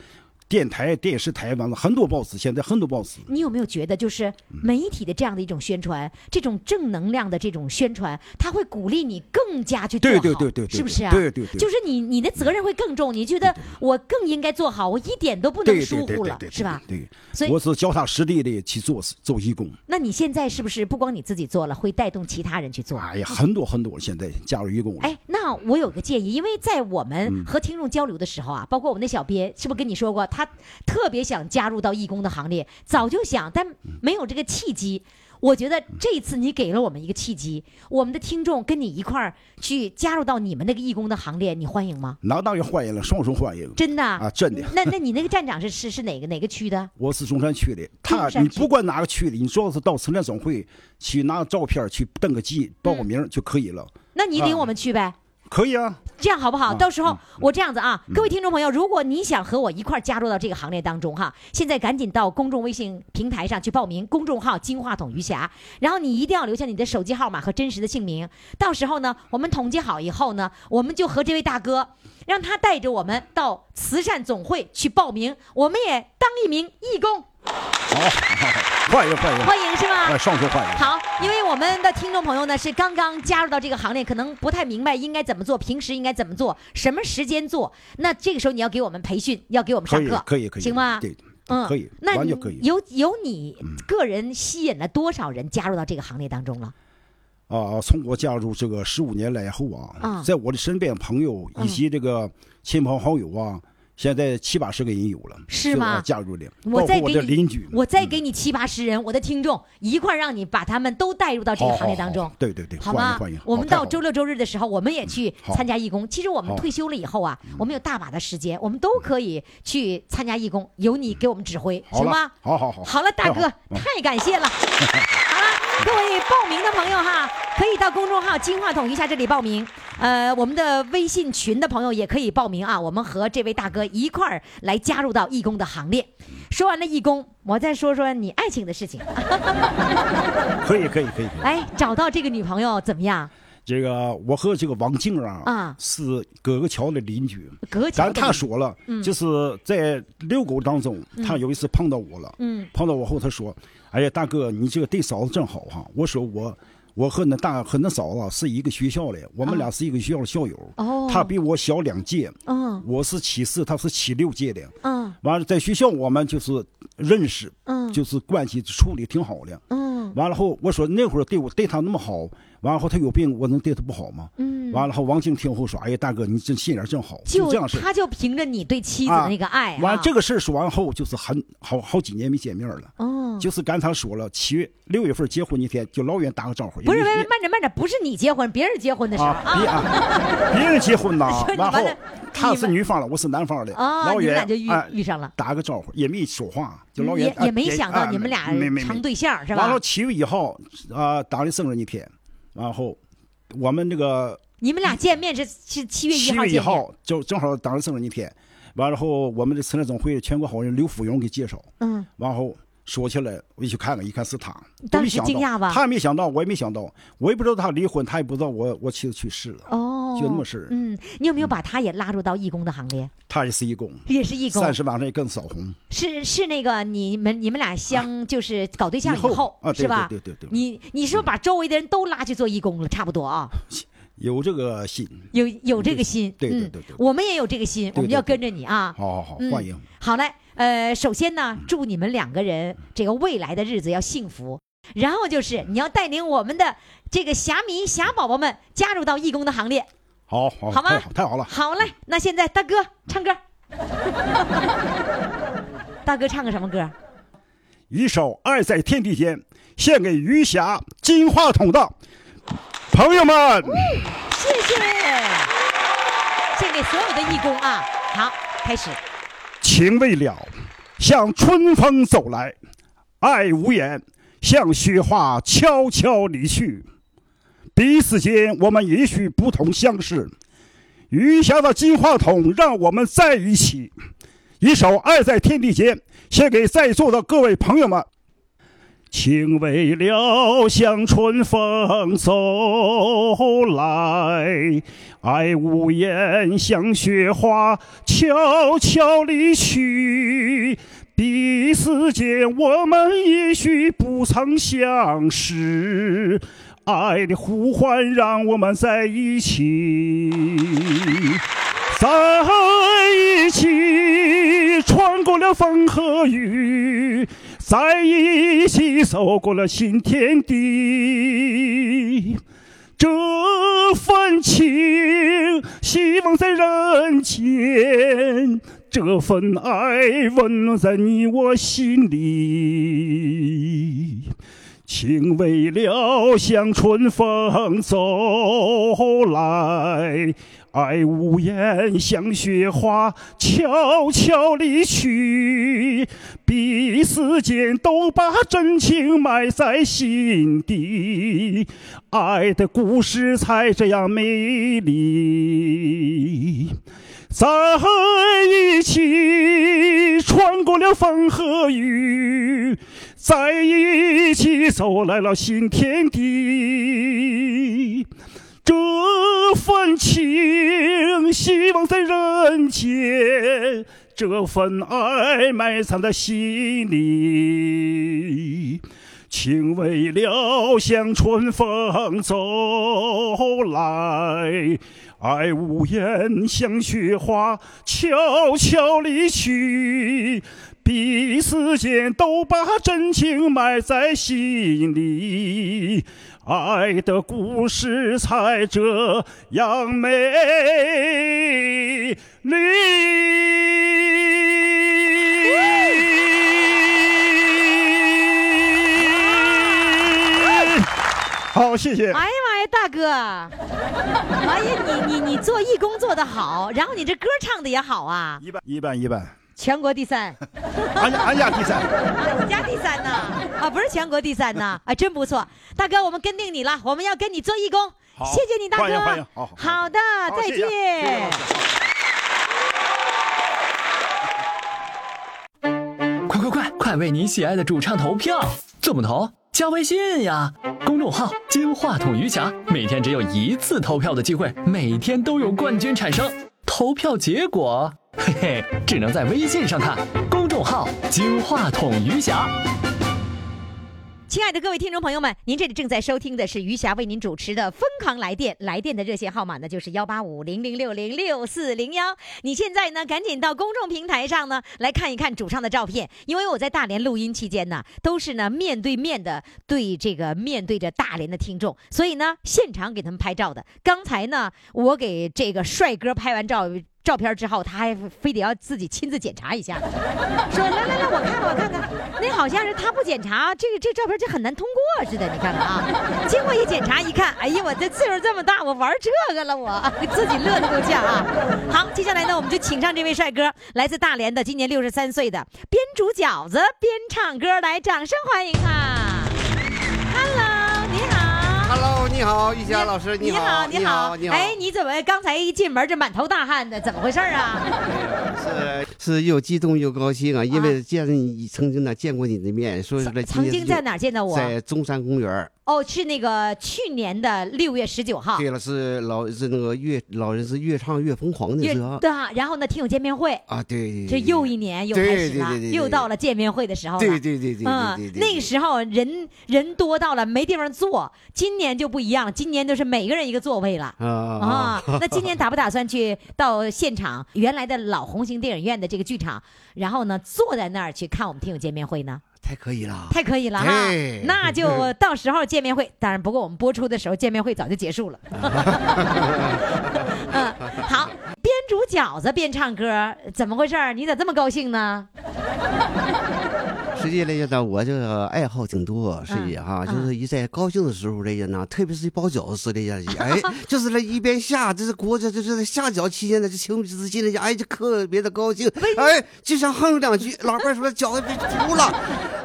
Speaker 9: 电台、电视台完了，很多报纸，现在很多报纸
Speaker 3: 你有没有觉得，就是媒体的这样的一种宣传，这种正能量的这种宣传，它会鼓励你更加去做
Speaker 9: 对
Speaker 3: 好，
Speaker 9: 对对对对
Speaker 3: 是不是啊？
Speaker 9: 对对对
Speaker 3: 就是你你的责任会更重，你觉得我更应该做好，我一点都不能
Speaker 9: 对
Speaker 3: 疏
Speaker 9: 对对
Speaker 3: 忽
Speaker 9: 对
Speaker 3: 了
Speaker 9: 对，
Speaker 3: 是吧？
Speaker 9: 对，
Speaker 3: 所以
Speaker 9: 我是脚踏实地的去做做义工。
Speaker 3: 那你现在是不是不光你自己做了，会带动其他人去做？
Speaker 9: 哎呀，很多很多，现在加入义工了。
Speaker 3: 哎，那我有个建议，因为在我
Speaker 9: 嗯
Speaker 3: 们和听众交流的时候啊，包括我们的小编，是不是跟你说过，他特别想加入到义工的行列，早就想，但
Speaker 9: 嗯
Speaker 3: 没有这个契机。我觉得这次你给了我们一个契机，我们的听众跟你一块儿去加入到你们那个义工的行列，你欢迎吗？
Speaker 9: 那当然欢迎了，双重欢迎。
Speaker 3: 真的
Speaker 9: 啊真的
Speaker 3: 那那你那个站长是是是哪个哪个区的？
Speaker 9: 我是中山区的，他
Speaker 3: 中山
Speaker 9: 你
Speaker 3: 区
Speaker 9: 不管哪个区的，你只要是到城镇总会去拿照片去登个记、报个名儿就可以了。
Speaker 3: 嗯那你领
Speaker 9: 啊
Speaker 3: 我们去呗。
Speaker 9: 可以啊，
Speaker 3: 这样好不好？
Speaker 9: 啊
Speaker 3: 到时候我这样子啊，各位听众朋友，如果你想和我一块儿加入到这个行列当中哈，现在赶紧到公众微信平台上去报名，公众号“金话筒余霞”，然后你一定要留下你的手机号码和真实的姓名。到时候呢，我们统计好以后呢，我们就和这位大哥，让他带着我们到慈善总会去报名，我们也当一名义工，
Speaker 9: 好，好好欢迎欢迎，
Speaker 3: 欢迎是吗？
Speaker 9: 哎，双重欢迎。
Speaker 3: 好，因为我们的听众朋友呢是刚刚加入到这个行列，可能不太明白应该怎么做，平时应该怎么做，什么时间做。那这个时候你要给我们培训，要给我们
Speaker 9: 可
Speaker 3: 上
Speaker 9: 以
Speaker 3: 课，
Speaker 9: 可以可以，
Speaker 3: 行吗？
Speaker 9: 对，
Speaker 3: 嗯，
Speaker 9: 可以，
Speaker 3: 那
Speaker 9: 完
Speaker 3: 你
Speaker 9: 全可以。
Speaker 3: 有有你个人吸引了多少人加入到这个行列当中
Speaker 9: 嗯
Speaker 3: 了？
Speaker 9: 啊，从我加入这个十五年来后啊，
Speaker 3: 啊
Speaker 9: 在我的身边朋友
Speaker 3: 嗯
Speaker 9: 以及这个亲朋好友啊，现在七八十个人有了，
Speaker 3: 是
Speaker 9: 就
Speaker 3: 吗
Speaker 9: 我加入的，
Speaker 3: 我
Speaker 9: 包括
Speaker 3: 再
Speaker 9: 我
Speaker 3: 给
Speaker 9: 的
Speaker 3: 你
Speaker 9: 邻居，
Speaker 3: 我再给你七八十人，我的听众一块儿让你把他们都带入到这个
Speaker 9: 好
Speaker 3: 行列
Speaker 9: 好
Speaker 3: 当
Speaker 9: 好
Speaker 3: 中。
Speaker 9: 对对对，
Speaker 3: 好
Speaker 9: 欢
Speaker 3: 吗
Speaker 9: 迎欢迎。？
Speaker 3: 我
Speaker 9: 好
Speaker 3: 们
Speaker 9: 太好
Speaker 3: 到周
Speaker 9: 了嗯
Speaker 3: 六周日的时候，我们也去
Speaker 9: 好
Speaker 3: 参加义工。其实我们
Speaker 9: 好
Speaker 3: 退休了以后啊，我们有大把的时间，我们都可以去参加义工，由你给我们指挥，
Speaker 9: 嗯好
Speaker 3: 行
Speaker 9: 了
Speaker 3: 吗？
Speaker 9: 好好好
Speaker 3: 好了，大
Speaker 9: 太
Speaker 3: 哥
Speaker 9: 好，嗯
Speaker 3: 太感谢了。好了，各位报名的朋友哈，可以到公众号“金话筒”一下这里报名。呃，我们的微信群的朋友也可以报名啊，我们和这位大哥一块儿来加入到义工的行列。说完了义工，我再说说你爱情的事情。
Speaker 9: 可以可以可以可以。
Speaker 3: 哎，找到这个女朋友怎么样？
Speaker 9: 这个我和这个王静啊，
Speaker 3: 啊
Speaker 9: 是葛个桥的邻居。
Speaker 3: 隔
Speaker 9: 咱
Speaker 3: 墙的嗯
Speaker 9: 他
Speaker 3: 你
Speaker 9: 说了，就是在遛狗当中，他有一次碰到我了，
Speaker 3: 嗯
Speaker 9: 碰到我后，他说：“哎呀，大哥，你这个对嫂子真好哈、我说我。我和那大和那嫂子啊是一个学校的，我们俩是一个学校的校友。
Speaker 3: 哦
Speaker 9: 他比我小两届，
Speaker 3: 嗯
Speaker 9: 我是七四，他是七六届的。
Speaker 3: 嗯
Speaker 9: 完了，在学校我们就是认识，
Speaker 3: 嗯
Speaker 9: 就是关系处理挺好的。
Speaker 3: 嗯
Speaker 9: 完了后，我说那会儿对我对他那么好，完了后他有病，我能对他不好吗？
Speaker 3: 嗯，
Speaker 9: 完了后，王静听后说：“哎呀，大哥，你这心眼儿真好，
Speaker 3: 就
Speaker 9: 这样式儿。
Speaker 3: 他就凭着你对妻子的那个爱、啊，
Speaker 9: 完了这个事儿说完后，就是很好好几年没见面了。
Speaker 3: 哦，
Speaker 9: 就是刚才说了，七月六月份结婚那天，就老远打个招呼，
Speaker 3: 不是，
Speaker 9: 因为
Speaker 3: 慢慢着慢着，不是你结婚，别人结婚的时候
Speaker 9: 啊，别啊，别人结婚呐
Speaker 3: <laughs> 说你，
Speaker 9: 完
Speaker 3: 完
Speaker 9: 后
Speaker 3: 了
Speaker 9: 他
Speaker 3: 你
Speaker 9: 是
Speaker 3: 们
Speaker 9: 女方了，我是男方的，
Speaker 3: 啊
Speaker 9: 老
Speaker 3: 你们
Speaker 9: 远
Speaker 3: 俩就遇
Speaker 9: 哎
Speaker 3: 遇上了
Speaker 9: 打个招呼也没说话，就老
Speaker 3: 也
Speaker 9: 远哎
Speaker 3: 也没想到
Speaker 9: 哎
Speaker 3: 你们俩
Speaker 9: 没没没
Speaker 3: 成对象是
Speaker 9: 完
Speaker 3: 吧
Speaker 9: 了，？七月一号啊，打的生日那天，然后我们这个
Speaker 3: 你们俩见面是是七月一
Speaker 9: 七
Speaker 3: 号
Speaker 9: 月一
Speaker 3: 见面，
Speaker 9: 号就正好当时生日那天，
Speaker 10: 完了后，我们的慈善总会全国好人刘福荣给介绍，
Speaker 3: 嗯，
Speaker 10: 完后说起来，我就去看看，一看是他，
Speaker 3: 当
Speaker 10: 我没
Speaker 3: 时
Speaker 10: 想
Speaker 3: 惊讶
Speaker 10: 到
Speaker 3: 吧
Speaker 10: 他也没想到，我也没想到，我也不知道他离婚，他也不知道我我妻子去世了，
Speaker 3: 哦，
Speaker 10: 就那么事儿
Speaker 3: 嗯，你有没有把他也拉入到义工的行列？
Speaker 10: 他也是义工，
Speaker 3: 也是义工，
Speaker 10: 三十晚上也跟扫红，
Speaker 3: 是是那个你们你们俩
Speaker 9: 啊
Speaker 3: 相就是搞对象
Speaker 10: 以后
Speaker 3: 后
Speaker 10: 啊对
Speaker 3: 是吧？
Speaker 10: 对对对对
Speaker 3: 你你是不是把周围的人都拉去做义工了？差不
Speaker 9: <laughs>
Speaker 3: 多啊，
Speaker 10: 有这个心，
Speaker 3: 有有这个心，
Speaker 10: 对对对对
Speaker 3: 嗯
Speaker 10: 对，
Speaker 3: 我们也有这个心，我们要跟着你啊。
Speaker 10: 好好好
Speaker 3: 嗯，
Speaker 10: 欢迎，嗯
Speaker 3: 好嘞，呃，首先呢，祝你们两个人这个未来的日子要幸福。然后就是你要带领我们的这个侠迷侠宝宝们加入到义工的行列。
Speaker 10: 好好
Speaker 3: 好吗
Speaker 10: 太好太好了，
Speaker 3: 好嘞，那现在大哥唱歌，大哥唱个什么歌？
Speaker 10: 一首《爱在天地间》献给余霞金话筒的朋友们。
Speaker 3: 嗯谢谢，献给所有的义工啊！好，开始。
Speaker 10: 情未了，像春风走来；爱无言，像雪花悄悄离去。彼此间，我们也许不同相识。余霞的金话筒让我们在一起。一首《爱在天地间》献给在座的各位朋友们。情未了，像春风走来；爱无言，像雪花悄悄离去。彼此间，我们也许不曾相识，爱的呼唤让我们在一起。在一起，穿过了风和雨，在一起走过了新天地。这份情，希望在人间；这份爱，温暖在你我心里。情未了，像春风走来；爱无言，像雪花悄悄离去。彼此间都把真情埋在心底，爱的故事才这样美丽。在一起，穿过了风和雨，在一起走来了新天地。这份情，希望在人间；这份爱，埋藏在心里。情未了，像春风走来；爱无言，像雪花悄悄离去。彼此间都把真情埋在心里，爱的故事才这样美丽。好，谢谢。
Speaker 3: 哎呀妈呀，大哥！哎呀，你你你做义工做得好，然后你这歌唱的也好啊，
Speaker 10: 一般一般一般，
Speaker 3: 全国第三，
Speaker 10: 俺家俺家第三。
Speaker 3: 啊，你家第三呐？啊，不是全国第三呐？啊，真不错，大哥，我们跟定你了，我们要跟你做义工，
Speaker 10: 好
Speaker 3: 谢谢你，大
Speaker 10: 欢迎欢迎
Speaker 3: 哥
Speaker 10: 好好。
Speaker 3: 好的，
Speaker 10: 好
Speaker 3: 再
Speaker 10: 谢谢谢谢
Speaker 3: 见
Speaker 10: 老师。
Speaker 1: 快快快，快为你喜爱的主唱投票！怎么投？加微信呀，公众号“金话筒余霞”，每天只有一次投票的机会，每天都有冠军产生。投票结果，嘿嘿，只能在微信上看。公众号“金话筒余霞”。
Speaker 3: 亲爱的各位听众朋友们，您这里正在收听的是余霞为您主持的《疯狂来电》，来电的热线号码呢就是幺八五零零六零六四零幺。你现在呢，赶紧到公众平台上呢来看一看主唱的照片，因为我在大连录音期间呢，都是呢面对面的对这个面对着大连的听众，所以呢现场给他们拍照的。刚才呢，我给这个帅哥拍完照。照片之后，他还非得要自己亲自检查一下，说来来来，我看看我看看，那好像是他不检查，这个这照片就很难通过似的，你看看啊。经过一检查一看，哎呀，我这岁数这么大，我玩这个了我， <laughs> 自己乐得够呛啊。好，接下来呢，我们就请上这位帅哥，来自大连的，今年六十三岁的，边煮饺子边唱歌，来，掌声欢迎他。Hello，你好。
Speaker 11: Hello，你好，玉霞老师，好，
Speaker 3: 你
Speaker 11: 你
Speaker 3: 好，
Speaker 11: 你好，
Speaker 3: 哎，你怎么刚才一进门就满头大汗的？怎么回事啊？
Speaker 11: 是是是又激动又高兴啊，因为见你曾经呢见过你的面，所以说今
Speaker 3: 曾
Speaker 11: 天
Speaker 3: 经在哪儿见到我？
Speaker 11: 在中山公园儿。
Speaker 3: 哦，是那个去年的六月十九号，
Speaker 11: 对了，是老是那个越老人是越唱越疯狂的
Speaker 3: 月
Speaker 11: 时候
Speaker 3: 对啊，然后呢，听友见面会，
Speaker 11: 啊，对，
Speaker 3: 这又一年又
Speaker 11: 对
Speaker 3: 开始
Speaker 11: 对
Speaker 3: 了
Speaker 11: 对对，对
Speaker 3: 又
Speaker 11: 对
Speaker 3: 到了见面会的时候了。
Speaker 11: 对对对对对对
Speaker 3: 嗯，
Speaker 11: 对，
Speaker 3: 那个时候人人多到了没地方坐，今年就不一样了，今年就是每个人一个座位了。
Speaker 11: 候 <laughs> 啊
Speaker 3: 啊，那
Speaker 11: <laughs>
Speaker 3: 今年打不打算去到现场原来的老红星电影院的这个剧场，然后呢坐在那儿去看我们听友见面会呢？
Speaker 11: 太可以了，
Speaker 3: 太可以了哈
Speaker 11: 对！
Speaker 3: 那就到时候见面会，当然不过我们播出的时候见面会早就结
Speaker 11: <laughs>
Speaker 3: 束了。嗯，好，边煮饺子边唱歌，怎么回事儿？你咋这么高兴呢？
Speaker 11: <laughs> 实际来讲呢，我这个爱好挺多，实
Speaker 3: 嗯
Speaker 11: 际哈，就是一在高兴的时候来讲呢，特别是包饺
Speaker 3: <laughs>
Speaker 11: 子来讲，哎，就是来一边下，这是国这这这这下饺期间呢，这情不自禁的讲，哎，就特别的高兴，哎，就想哼两句。老伴儿说饺子别糊了，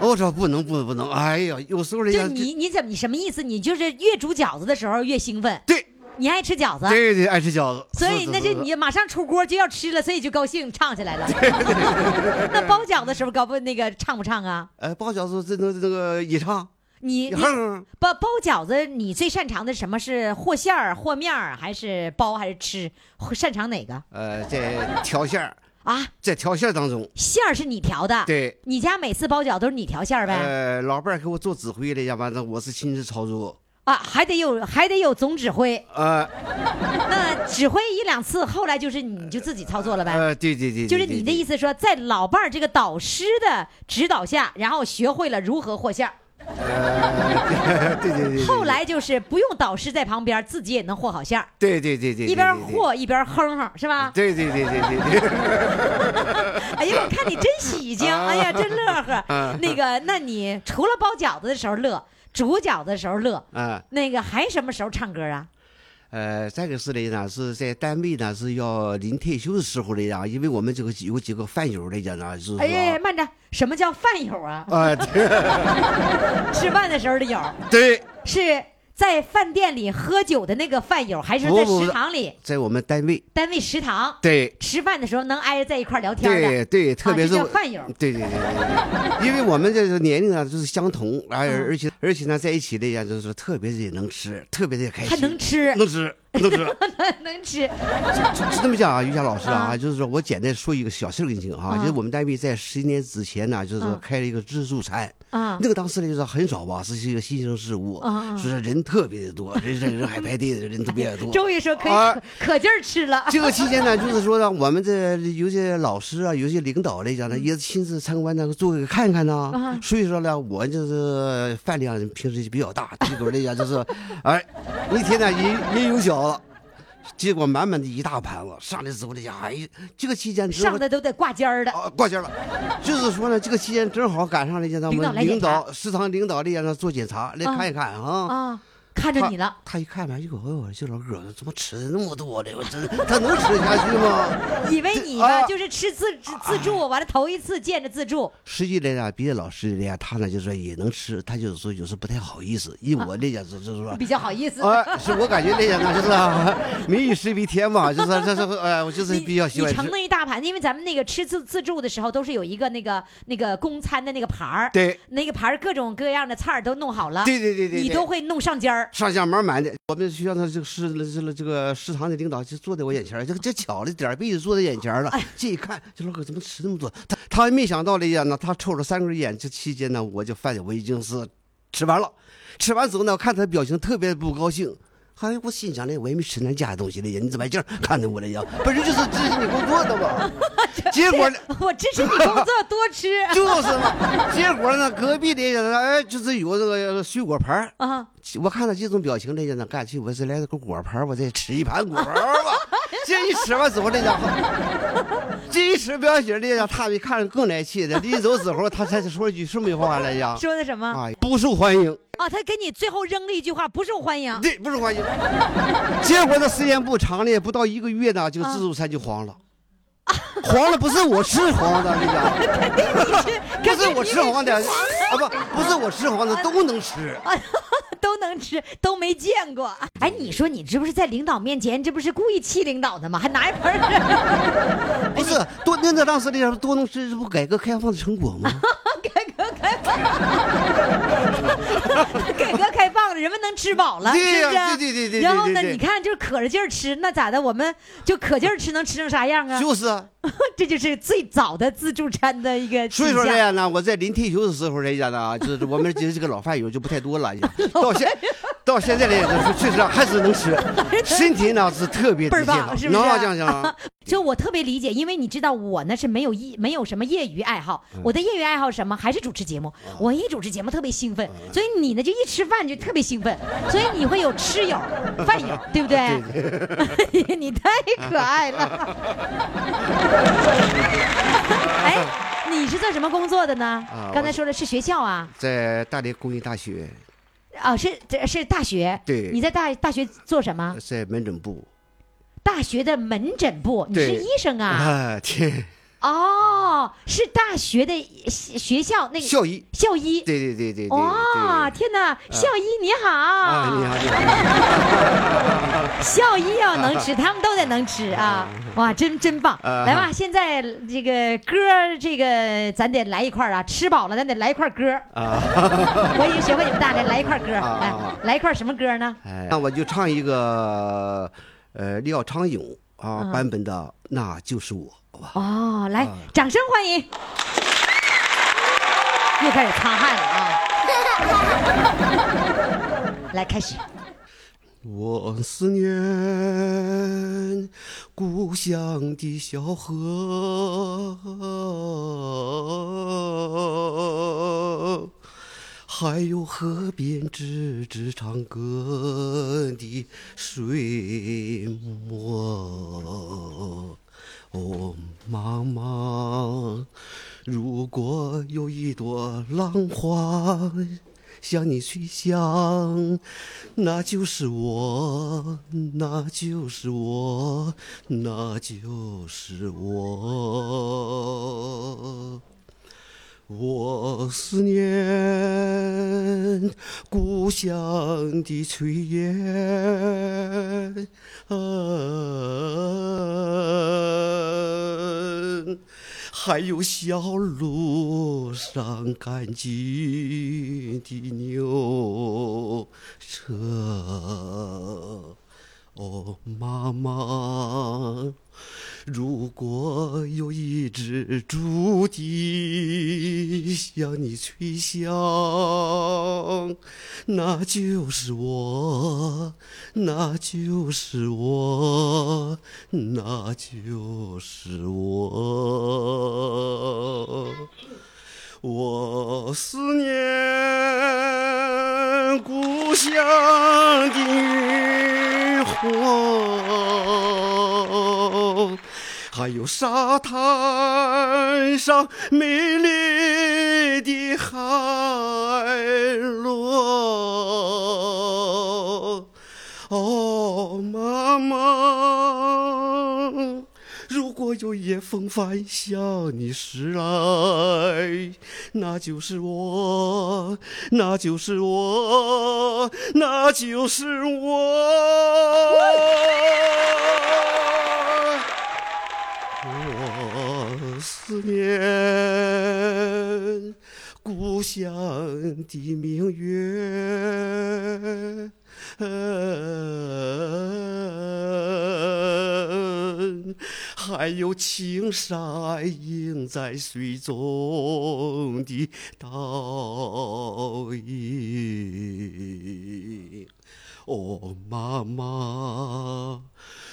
Speaker 11: 我说不能不能不能，哎呀，有时候来
Speaker 3: 就
Speaker 11: 讲，
Speaker 3: 你你怎么你什么意思？你就是越煮饺子的时候越兴奋，
Speaker 11: 对
Speaker 3: 你爱吃饺子，
Speaker 11: 对对，爱吃饺子，
Speaker 3: 所以那
Speaker 11: 是
Speaker 3: 就你马上出锅就要吃了，所以就高兴唱起来了。 <laughs> 那包饺子的时候高不那个唱不唱啊？
Speaker 11: 哎包饺子这那这个也唱，
Speaker 3: 你
Speaker 11: 也
Speaker 3: 你
Speaker 11: 哼，
Speaker 3: 包包饺子，你最擅长的什么是和馅儿、和面儿，还是包还是吃？会擅长哪个
Speaker 11: 呃，在调馅儿，
Speaker 3: 啊？
Speaker 11: 在调馅儿当中，
Speaker 3: 馅儿是你调的，
Speaker 11: 对。
Speaker 3: 你家每次包饺都是你调馅儿呗？
Speaker 11: 呃，老伴儿给我做指挥了，要不然我是亲自操作。
Speaker 3: 啊，还得有还得有总指挥，
Speaker 11: 呃
Speaker 3: 那指挥一两次，后来就是你就自己操作了呗？
Speaker 11: 呃，对对对，对
Speaker 3: 就是你的意。思说，在老伴儿这个导师的指导下，然后学会了如何和馅儿，
Speaker 11: 对呃 <laughs> 对对对对。
Speaker 3: 后来就是不用导师在旁边，自己也能和好馅儿，
Speaker 11: 对对对对，对
Speaker 3: 一边。和一边哼哼，是吧？
Speaker 11: 对对对对对对对。
Speaker 3: <laughs> 哎呀，我看你真喜庆，
Speaker 11: 啊
Speaker 3: 哎呀，真乐呵。那个，那你除了包饺子的时候乐，煮饺子的时候乐，
Speaker 11: <laughs> 啊，
Speaker 3: 那个还什么时候唱歌啊？
Speaker 11: 呃，再一个是嘞呢，是在单位呢是要临退休的时候嘞啊，因为我们这个有几个饭友来讲呢，就是说
Speaker 3: 哎呀，慢着，什么叫饭友啊？
Speaker 11: <laughs> 啊，对
Speaker 3: 吃饭的时候的友，
Speaker 11: 对，
Speaker 3: 是在饭店里喝酒的那个饭友，还是
Speaker 11: 不
Speaker 3: 在
Speaker 11: 不
Speaker 3: 食堂里
Speaker 11: 在我们单位，
Speaker 3: 单位食堂
Speaker 11: 对
Speaker 3: 吃饭的时候能挨着在一块儿聊天的？
Speaker 11: 对对，特别
Speaker 3: 这
Speaker 11: 是
Speaker 3: 叫
Speaker 11: 我
Speaker 3: 饭友
Speaker 11: 对对对对对，因为我们这个年龄啊就是相同，而
Speaker 3: 嗯
Speaker 11: 而且而且呢在一起的呀，就是说特别也能吃，特别的开心，
Speaker 3: 还能吃，
Speaker 11: 能吃能吃。
Speaker 3: <laughs> 能
Speaker 11: <laughs>
Speaker 3: 吃。
Speaker 11: 是这么讲啊，于霞老师啊，
Speaker 3: 啊
Speaker 11: 就是说我简单说一个小事儿给你听啊，
Speaker 3: 啊
Speaker 11: 就是我们单位在十年之前呢，就是说
Speaker 3: 啊
Speaker 11: 开了一个自助餐，
Speaker 3: 啊
Speaker 11: 那个当时呢就是很少吧，是一个新生事物，
Speaker 3: 啊啊
Speaker 11: 所以说人特别的多，人人人海排队的人特别的多。
Speaker 3: 终于说可以可、
Speaker 11: 啊
Speaker 3: 可劲儿吃了。
Speaker 11: <laughs> 这个期间呢，就是说呢，我们这有些老师啊，有些领导来
Speaker 3: 嗯
Speaker 11: 讲呢，也亲自参观那个座位看看呐。
Speaker 3: 啊
Speaker 11: 所以说呢，我就是饭量平时就比较大，结果来讲就是， <laughs> 哎，一天呢也也有饺子，结果满满的一大盘子上来之后，来讲，哎，这个期间之后
Speaker 3: 上的都得挂尖儿的，
Speaker 11: 啊，挂件了，就是说呢，这个期间正好赶上来讲咱
Speaker 3: 领导
Speaker 11: 们
Speaker 3: 来检
Speaker 11: 领导食堂领导来讲呢做检查来
Speaker 3: 啊
Speaker 11: 看一看啊
Speaker 3: 啊，看着你了。
Speaker 11: 他一看完，一口，哎呦，这老哥怎么吃那么多的？我真，他能吃下去吗？
Speaker 3: 以为你吧，
Speaker 11: 啊
Speaker 3: 就是吃自自自助，完了头一次见着自助，
Speaker 11: 实际来讲，别的老师来讲，他呢就说也能吃，他就是说有时候不太好意思。因为我来讲就是说，
Speaker 3: 比较好意思。
Speaker 11: 啊，是我感觉来讲呢，就
Speaker 3: <laughs>
Speaker 11: 是啊， <laughs> 民以食为天嘛，就是这是呃，我就是
Speaker 3: 你
Speaker 11: 比较喜欢
Speaker 3: 你盛
Speaker 11: 吃。
Speaker 3: 那一大盘，因为咱们那个吃自自助的时候，都是有一个那个那个公餐的那个盘儿，
Speaker 11: 对，
Speaker 3: 那个盘儿各种各样的菜儿都弄好了，
Speaker 11: 对对对对，
Speaker 3: 你
Speaker 11: 对
Speaker 3: 都会弄上尖儿。
Speaker 11: 上下满满的。我们学校的这个食这个这个食堂的领导就坐在我眼前儿，这这巧了点儿背就坐在眼前儿了。这一看，这老哥怎么吃那么多？他他还没想到了呀，那他抽了三根烟。这期间呢，我就发现我已经是吃完了。吃完之后呢，我看他表情特别不高兴。哎，我心想呢，我也没吃咱家的东西了呀，你怎么还这样看着我了呀？本身就是支持你工作的
Speaker 3: <laughs>
Speaker 11: 嘛。结果呢，
Speaker 3: 我支持你工作多吃
Speaker 11: <laughs> 就是嘛。结果呢，隔壁的人哎，就是有这个水果盘儿
Speaker 3: <laughs> 啊，
Speaker 11: 我看他这种表情来讲呢，干脆我是来个果盘儿，我再吃一盘果盘儿吧。这 <laughs> 一吃完之后，这家伙，这一吃不要紧，这家伙他一看更来气的。临走之后，他才说一句什么话来着？
Speaker 3: 说的什么
Speaker 11: 哎，不受欢迎，
Speaker 3: 啊？他给你最后扔了一句话，不受欢迎。
Speaker 11: 对，不受欢迎。结果这时间不长呢，不到一个月呢，这个
Speaker 3: 嗯
Speaker 11: 自助餐就黄了。黄了不是我吃黄的，这
Speaker 3: <laughs>
Speaker 11: 家伙，不是我吃黄的，啊不，不是我吃黄的都能吃。
Speaker 3: <laughs> 都能吃，都没见过。哎，你说你这不是在领导面前，这不是故意气领导的吗？还拿一盆儿
Speaker 8: 不
Speaker 11: 啊
Speaker 8: 是多那那当时的多能吃，这不改革开放的成果吗？
Speaker 3: 改革开放，改革开放了，人们能吃饱了，
Speaker 8: 对
Speaker 3: 是
Speaker 8: 呀
Speaker 3: 不是？
Speaker 8: 对对对对对
Speaker 3: 然后呢，
Speaker 8: 对对
Speaker 3: 你看 <laughs> 就是可着劲儿吃，那咋的？我们就可劲儿吃，能吃成啥样啊？
Speaker 8: 就是啊，
Speaker 3: <laughs> 这就是最早的自助餐的一个迹象。
Speaker 8: 所以说这样呢，我在临退休的时候来讲呢， <laughs> 啊就是我们这这个老饭友就不太多了，
Speaker 3: <laughs>
Speaker 8: 到现到现在来讲，确实还是能吃，身体呢是特别
Speaker 3: 倍
Speaker 8: 的
Speaker 3: 儿棒，是
Speaker 8: 健康，
Speaker 3: 不啊是？
Speaker 8: 能啊
Speaker 3: <laughs>
Speaker 8: 讲讲
Speaker 3: 就我特别理解，因为你知道我呢是没有业没有什么业余爱好，
Speaker 8: 嗯
Speaker 3: 我的业余爱好是什么还是主持节目。我一主持节目特别兴奋，
Speaker 8: 嗯
Speaker 3: 所以你呢就一吃饭就特别兴奋，所以你会有吃友、饭友，对不对？ <laughs> 你太可爱了。哎，你是做什么工作的呢
Speaker 8: 啊？
Speaker 3: 刚才
Speaker 8: 我
Speaker 3: 说的是学校啊，
Speaker 8: 在大连工业大学，
Speaker 3: 啊是这是大学。
Speaker 8: 对呃
Speaker 3: 你在大大学做什么？
Speaker 8: 在门诊部
Speaker 3: 大学的门诊部，你是
Speaker 8: 对
Speaker 3: 医生
Speaker 8: <laughs>
Speaker 3: 啊？<laughs>
Speaker 8: 啊，天，
Speaker 3: 哦，是大学的学学校那个
Speaker 8: 校医，
Speaker 3: 校医。
Speaker 8: 对对对对对，
Speaker 3: 哇，
Speaker 8: 对
Speaker 3: 天哪！校医你好，
Speaker 8: 啊，你好你
Speaker 3: <laughs>
Speaker 8: 好，
Speaker 3: 校医要能吃，他们都得能吃啊！哇，真真棒！
Speaker 8: 啊
Speaker 3: 来吧，现在这个歌儿，这个咱得来一块儿啊！吃饱了，咱得来一块儿歌
Speaker 8: <laughs>
Speaker 3: 儿。 <laughs> 我已经学会你们大家来一块儿歌儿，
Speaker 8: 啊
Speaker 3: 来
Speaker 8: 啊啊
Speaker 3: 来一块儿什么歌儿呢？
Speaker 8: 哎，那我就唱一个，呃，廖昌永
Speaker 3: 嗯
Speaker 8: 啊版本的《那就是我》吧，
Speaker 3: 哦，来，掌声欢迎！又开始擦汗了啊！来，开始。
Speaker 8: 我思念故乡的小河，还有河边吱吱唱歌的水墨。哦，妈妈，如果有一朵浪花向你吹响，那就是我，那就是我，那就是我。我思念故乡的炊烟。啊还有小路上赶集的牛车。哦，妈妈，如果有一只竹笛向你吹响，那就是我，那就是我，那就是我。我思念故乡的渔火，还有沙滩上美丽的海螺。哦，妈妈，如果有夜风帆向你驶来，那就是我，那就是我，那就是我。我思念故乡的明月。还有青山映在水中的倒影。哦，妈妈，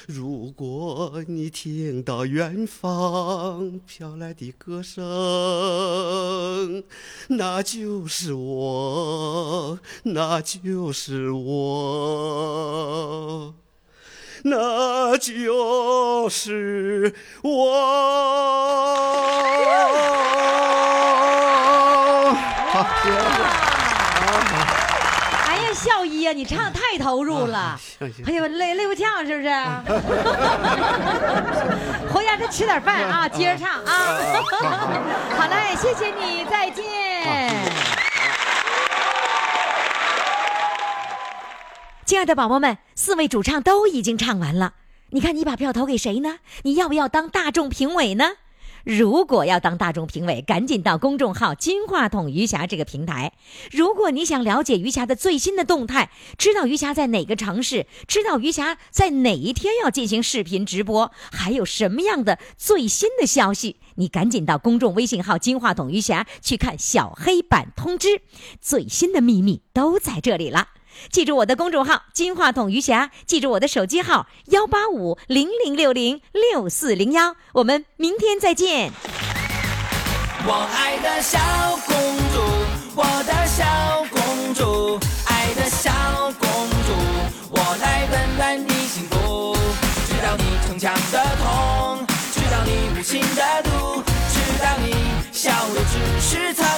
Speaker 8: 如果你听到远方飘来的歌声，那就是我，那就是我，那就是我。好，谢谢。
Speaker 3: 哎呀，校医啊，你唱得太投入了，
Speaker 8: 行行
Speaker 3: 哎呀，累累不呛是不是？回家再吃点饭啊，接着唱啊。好嘞，谢谢你，再见。亲爱的宝宝们，四位主唱都已经唱完了，你看你把票投给谁呢？你要不要当大众评委呢？如果要当大众评委，赶紧到公众号“金话筒余霞”这个平台。如果你想了解余霞的最新的动态，知道余霞在哪个城市，知道余霞在哪一天要进行视频直播，还有什么样的最新的消息，你赶紧到公众微信号“金话筒余霞”去看小黑板通知，最新的秘密都在这里了。记住我的公众号“金话筒余霞”，记住我的手机号幺八五零零六零六四零幺。我们明天再见。
Speaker 4: 我爱的小公主，我的小公主，爱的小公主，我来温暖你幸福。知道你逞强的痛，知道你无情的毒，知道你笑的只是残